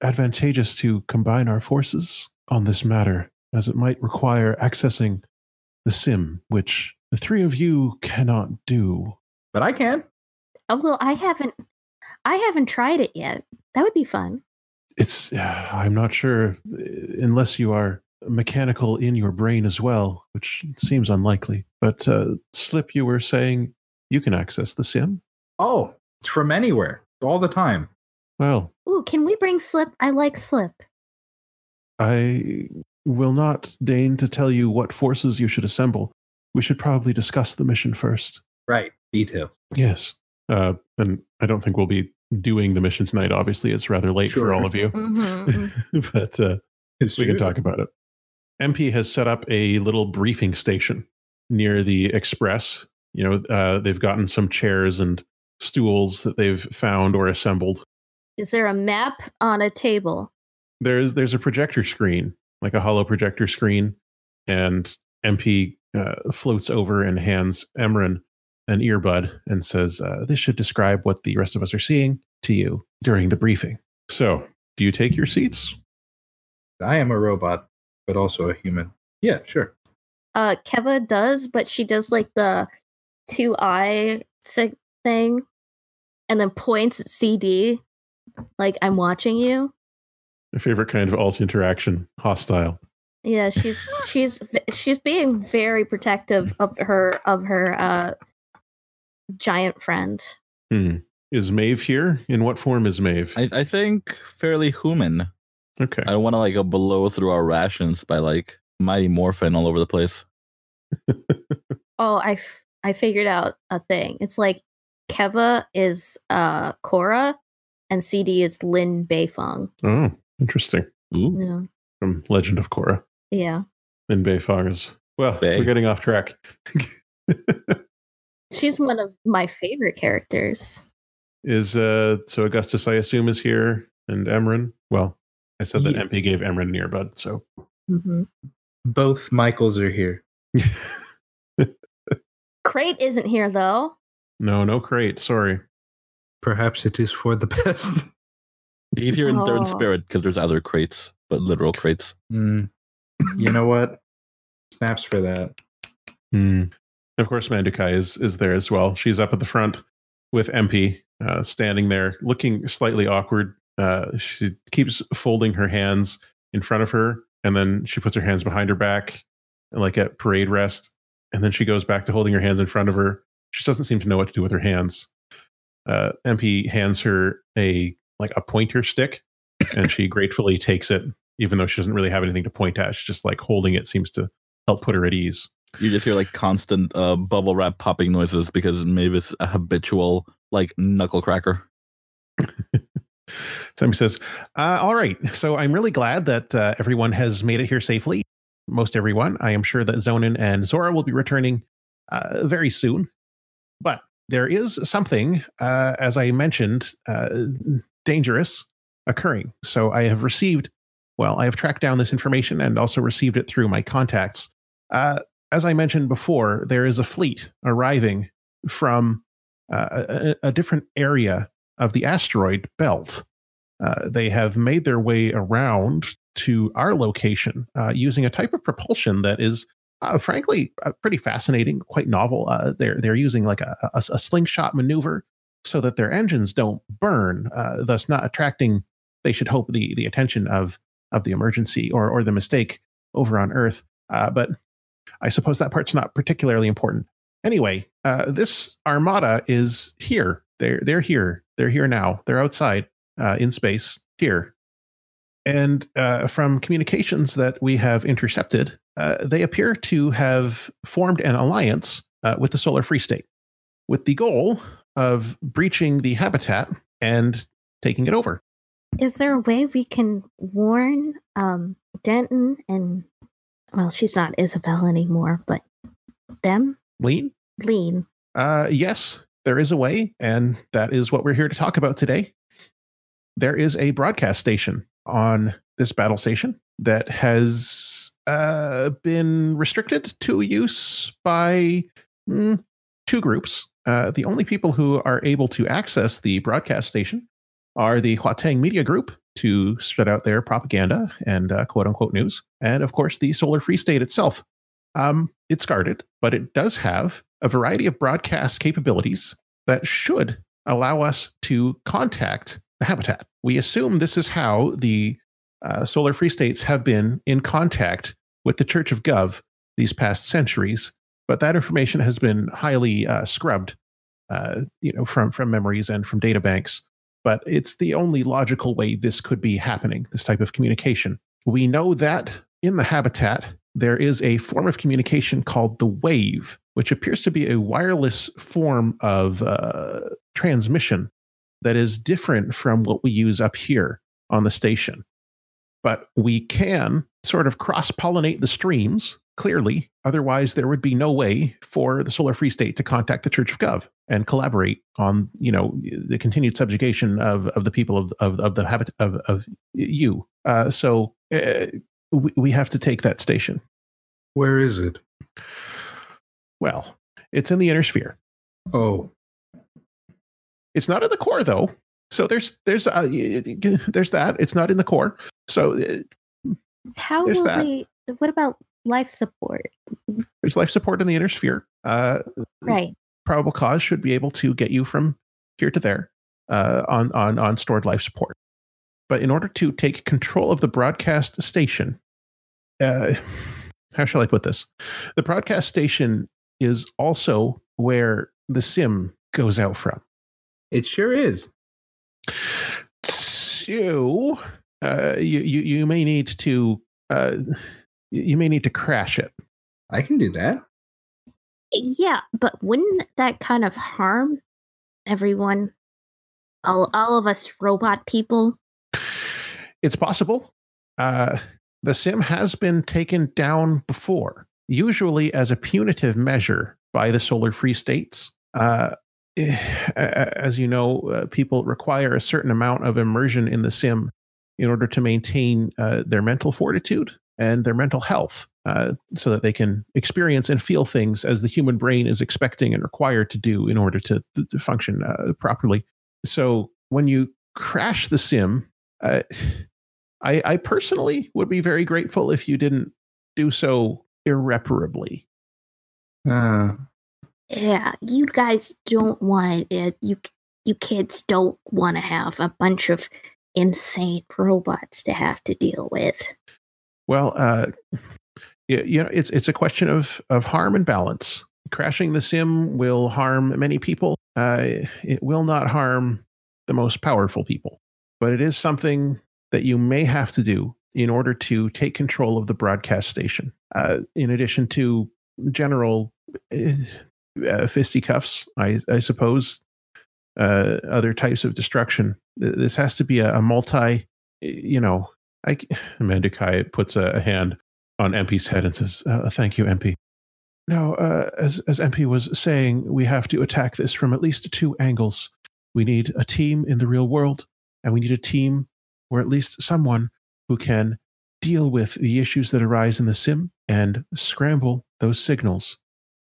advantageous to combine our forces on this matter, as it might require accessing." the sim, which the three of you cannot do. But I can. Oh well, I haven't, I haven't tried it yet. That would be fun. It's, uh, I'm not sure, uh, unless you are mechanical in your brain as well, which seems unlikely. But uh, Slip, you were saying you can access the sim? Oh, it's from anywhere, all the time. Well, Ooh, can we bring Slip? I like Slip. I will not deign to tell you what forces you should assemble. We should probably discuss the mission first. Right. Detail. Yes. Uh, and I don't think we'll be doing the mission tonight, obviously. It's rather late for Sure. all of you. Mhm, mhm. but uh, It's we can true. talk about it. MP has set up a little briefing station near the express. You know, uh, they've gotten some chairs and stools that they've found or assembled. Is there a map on a table? There's there's a projector screen, like a hollow projector screen, and MP uh, floats over and hands Emran an earbud and says, uh, "This should describe what the rest of us are seeing to you during the briefing." So, do you take your seats? I am a robot, but also a human. Yeah, sure. Uh, Keva does, but she does like the two eye sig- thing, and then points at CD, like I'm watching you. My favorite kind of alt interaction, hostile. Yeah, she's she's she's being very protective of her of her uh giant friend. Hmm. Is Maeve here? In what form is Maeve? I, I think fairly human. okay. I don't want to like go below through our rations by like mighty morphin all over the place. Oh, I f- I figured out a thing. It's like Keva is uh Cora, and CD is Lin Beifong. oh, interesting. Ooh, Yeah, From Legend of Korra yeah. in Beifong is. Well, Bay. we're getting off track. She's one of my favorite characters. Is uh so Augustus, I assume, is here and Emran. Well, I said that Yes. MP gave Emran an earbud, so Mm-hmm. Both Michaels are here. Crate isn't here though. no, no crate. Sorry. Perhaps it is for the best. he's here in third Oh. spirit because there's other crates, but literal crates. Mm, you know what? Snaps for that. Hmm. Of course, Mandukai is is there as well. She's up at the front with MP, uh, standing there, looking slightly awkward. Uh, she keeps folding her hands in front of her, and then she puts her hands behind her back, like at parade rest, and then she goes back to holding her hands in front of her. She doesn't seem to know what to do with her hands. Uh, MP hands her a like a pointer stick, and she gratefully takes it, even though she doesn't really have anything to point at. She's just like holding it seems to help put her at ease. You just hear like constant uh, bubble wrap popping noises because Mavis a habitual like knuckle cracker. Somebody says, uh, All right. So I'm really glad that uh, everyone has made it here safely. Most everyone. I am sure that Zonin and Zora will be returning uh, very soon. But there is something, uh, as I mentioned, uh, dangerous occurring. So I have received, well, I have tracked down this information and also received it through my contacts. Uh, as I mentioned before, there is a fleet arriving from uh, a- a, a different area of the asteroid belt. Uh, they have made their way around to our location uh, using a type of propulsion that is, uh, frankly, uh, pretty fascinating, quite novel. Uh, they're they're using like a, a, a slingshot maneuver so that their engines don't burn, uh, thus not attracting. They should hope the the attention of of the emergency or or the mistake over on Earth. Uh, but I suppose that part's not particularly important. Anyway, uh, this armada is here. They're they're here. They're here now. They're outside uh, in space here. And uh, from communications that we have intercepted, uh, they appear to have formed an alliance uh, with the Solar Free State with the goal of breaching the habitat and taking it over. Is there a way we can warn um Denton and well, she's not Isabel anymore, but them? Lean? Lean. Uh, yes, there is a way, and that is what we're here to talk about today. There is a broadcast station on this battle station that has uh, been restricted to use by mm, two groups. Uh, the only people who are able to access the broadcast station are the Huatang Media Group to spread out their propaganda and uh, quote unquote news, and of course the Solar Free State itself. Um, it's guarded, but it does have a variety of broadcast capabilities that should allow us to contact the habitat. We assume this is how the uh, solar free states have been in contact with the Church of Gov these past centuries, but that information has been highly uh, scrubbed, uh, you know, from from memories and from data banks. But it's the only logical way this could be happening. This type of communication. We know that in the habitat there is a form of communication called the wave, which appears to be a wireless form of uh, transmission that is different from what we use up here on the station. But we can sort of cross pollinate the streams, clearly. Otherwise, there would be no way for the Solar Free State to contact the Church of Gov and collaborate on, you know, the continued subjugation of, of the people of, of, of the habit of, of you. Uh, so uh, we, we have to take that station. Where is it? Well, it's in the inner sphere. Oh, It's not in the core though. So there's there's uh, there's that. It's not in the core. So uh, How There's will that. we? What about life support? there's life support in the inner sphere. Uh, Right. probable cause should be able to get you from here to there uh, on on on stored life support. But in order to take control of the broadcast station, uh, how shall I put this? The broadcast station is also where the sim goes out from. it sure is. So uh, you, you you may need to uh, you may need to crash it. I can do that. Yeah, but wouldn't that kind of harm everyone? All all of us robot people. It's possible. Uh, the sim has been taken down before, usually as a punitive measure by the solar free states. Uh, eh, a- as you know, uh, people require a certain amount of immersion in the sim in order to maintain uh, their mental fortitude and their mental health uh, so that they can experience and feel things as the human brain is expecting and required to do in order to, to- to function uh, properly. So when you crash the sim, uh, I, I personally would be very grateful if you didn't do so irreparably. Uh, Yeah, you guys don't want it. You you kids don't want to have a bunch of insane robots to have to deal with. Well, uh, you, you know, it's it's a question of of harm and balance. Crashing the sim will harm many people. Uh, it will not harm the most powerful people, but it is something that you may have to do in order to take control of the broadcast station. Uh, in addition to general uh, uh, fisticuffs, I, I suppose, uh, other types of destruction. Th- This has to be a, a multi, you know, I, c- Mandukai puts a, a hand on MP's head and says, uh, "Thank you, MP." Now, uh, as as MP was saying, we have to attack this from at least two angles. We need a team in the real world, and we need a team, or at least someone who can deal with the issues that arise in the sim and scramble those signals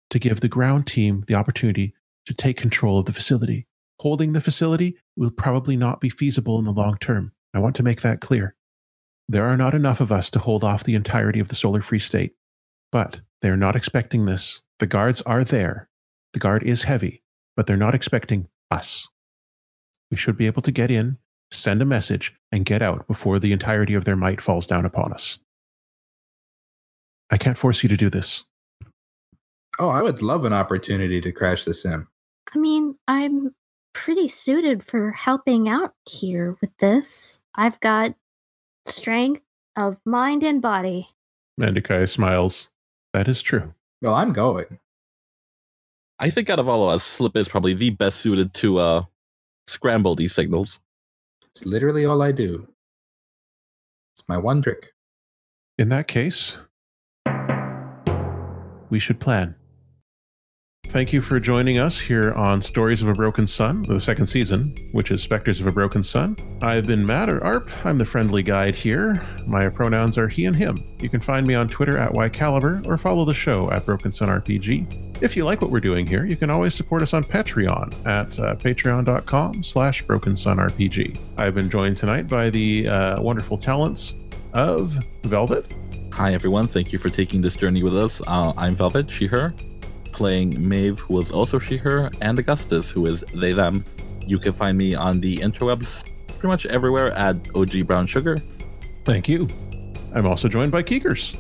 to give the ground team the opportunity to take control of the facility. Holding the facility will probably not be feasible in the long term. I want to make that clear. There are not enough of us to hold off the entirety of the Solar Free State, but they are not expecting this. The guards are there. The guard is heavy, but they're not expecting us. We should be able to get in, send a message, and get out before the entirety of their might falls down upon us. I can't force you to do this. oh, I would love an opportunity to crash the sim. I mean, I'm pretty suited for helping out here with this. I've got strength of mind and body. Mandakai smiles. That is true. Well, I'm going. I think out of all of us, Slip is probably the best suited to uh, scramble these signals. It's literally all I do. It's my one trick. In that case, we should plan. Thank you for joining us here on Stories of a Broken Sun, the second season, which is Spectres of a Broken Sun. I've been Matt or ARP. I'm the friendly guide here. My pronouns are he and him. You can find me on Twitter at YCaliber or follow the show at Broken Sun RPG. If you like what we're doing here, you can always support us on Patreon at uh, patreon.com slash Broken Sun RPG. I've been joined tonight by the uh, wonderful talents of Velvet. Hi, everyone. Thank you for taking this journey with us. Uh, I'm Velvet, she, her, playing Maeve, who is also she, her, and Augustus, who is they, them. You can find me on the interwebs pretty much everywhere at OG Brown Sugar. Thank you. I'm also joined by Keekers.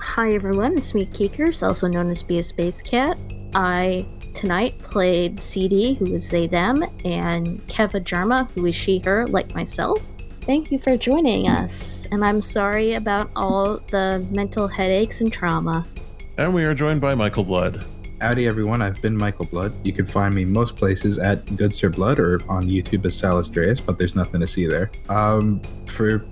Hi everyone, it's me Keekers, also known as Be a Space Cat. I tonight played CD, who is they them, and Keva Jarma, who is she her, like myself. Thank you for joining us, and I'm sorry about all the mental headaches and trauma. And we are joined by Michael Blood. Howdy, everyone. I've been Michael Blood. You can find me most places at Good Sir Blood or on YouTube as Salas Dreas, but there's nothing to see there. Um, for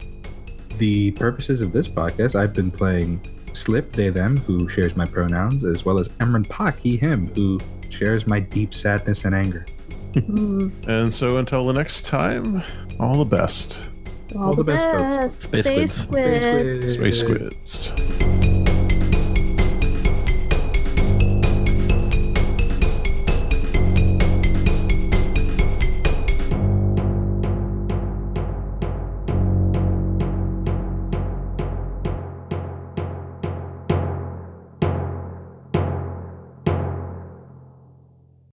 the purposes of this podcast, I've been playing Slip, they, them, who shares my pronouns, as well as Emran Pak, he, him, who shares my deep sadness and anger. Mm, And so until the next time, all the best. all, the, the best, best. folks. Space Space squids. squids. Space squids. Space squids.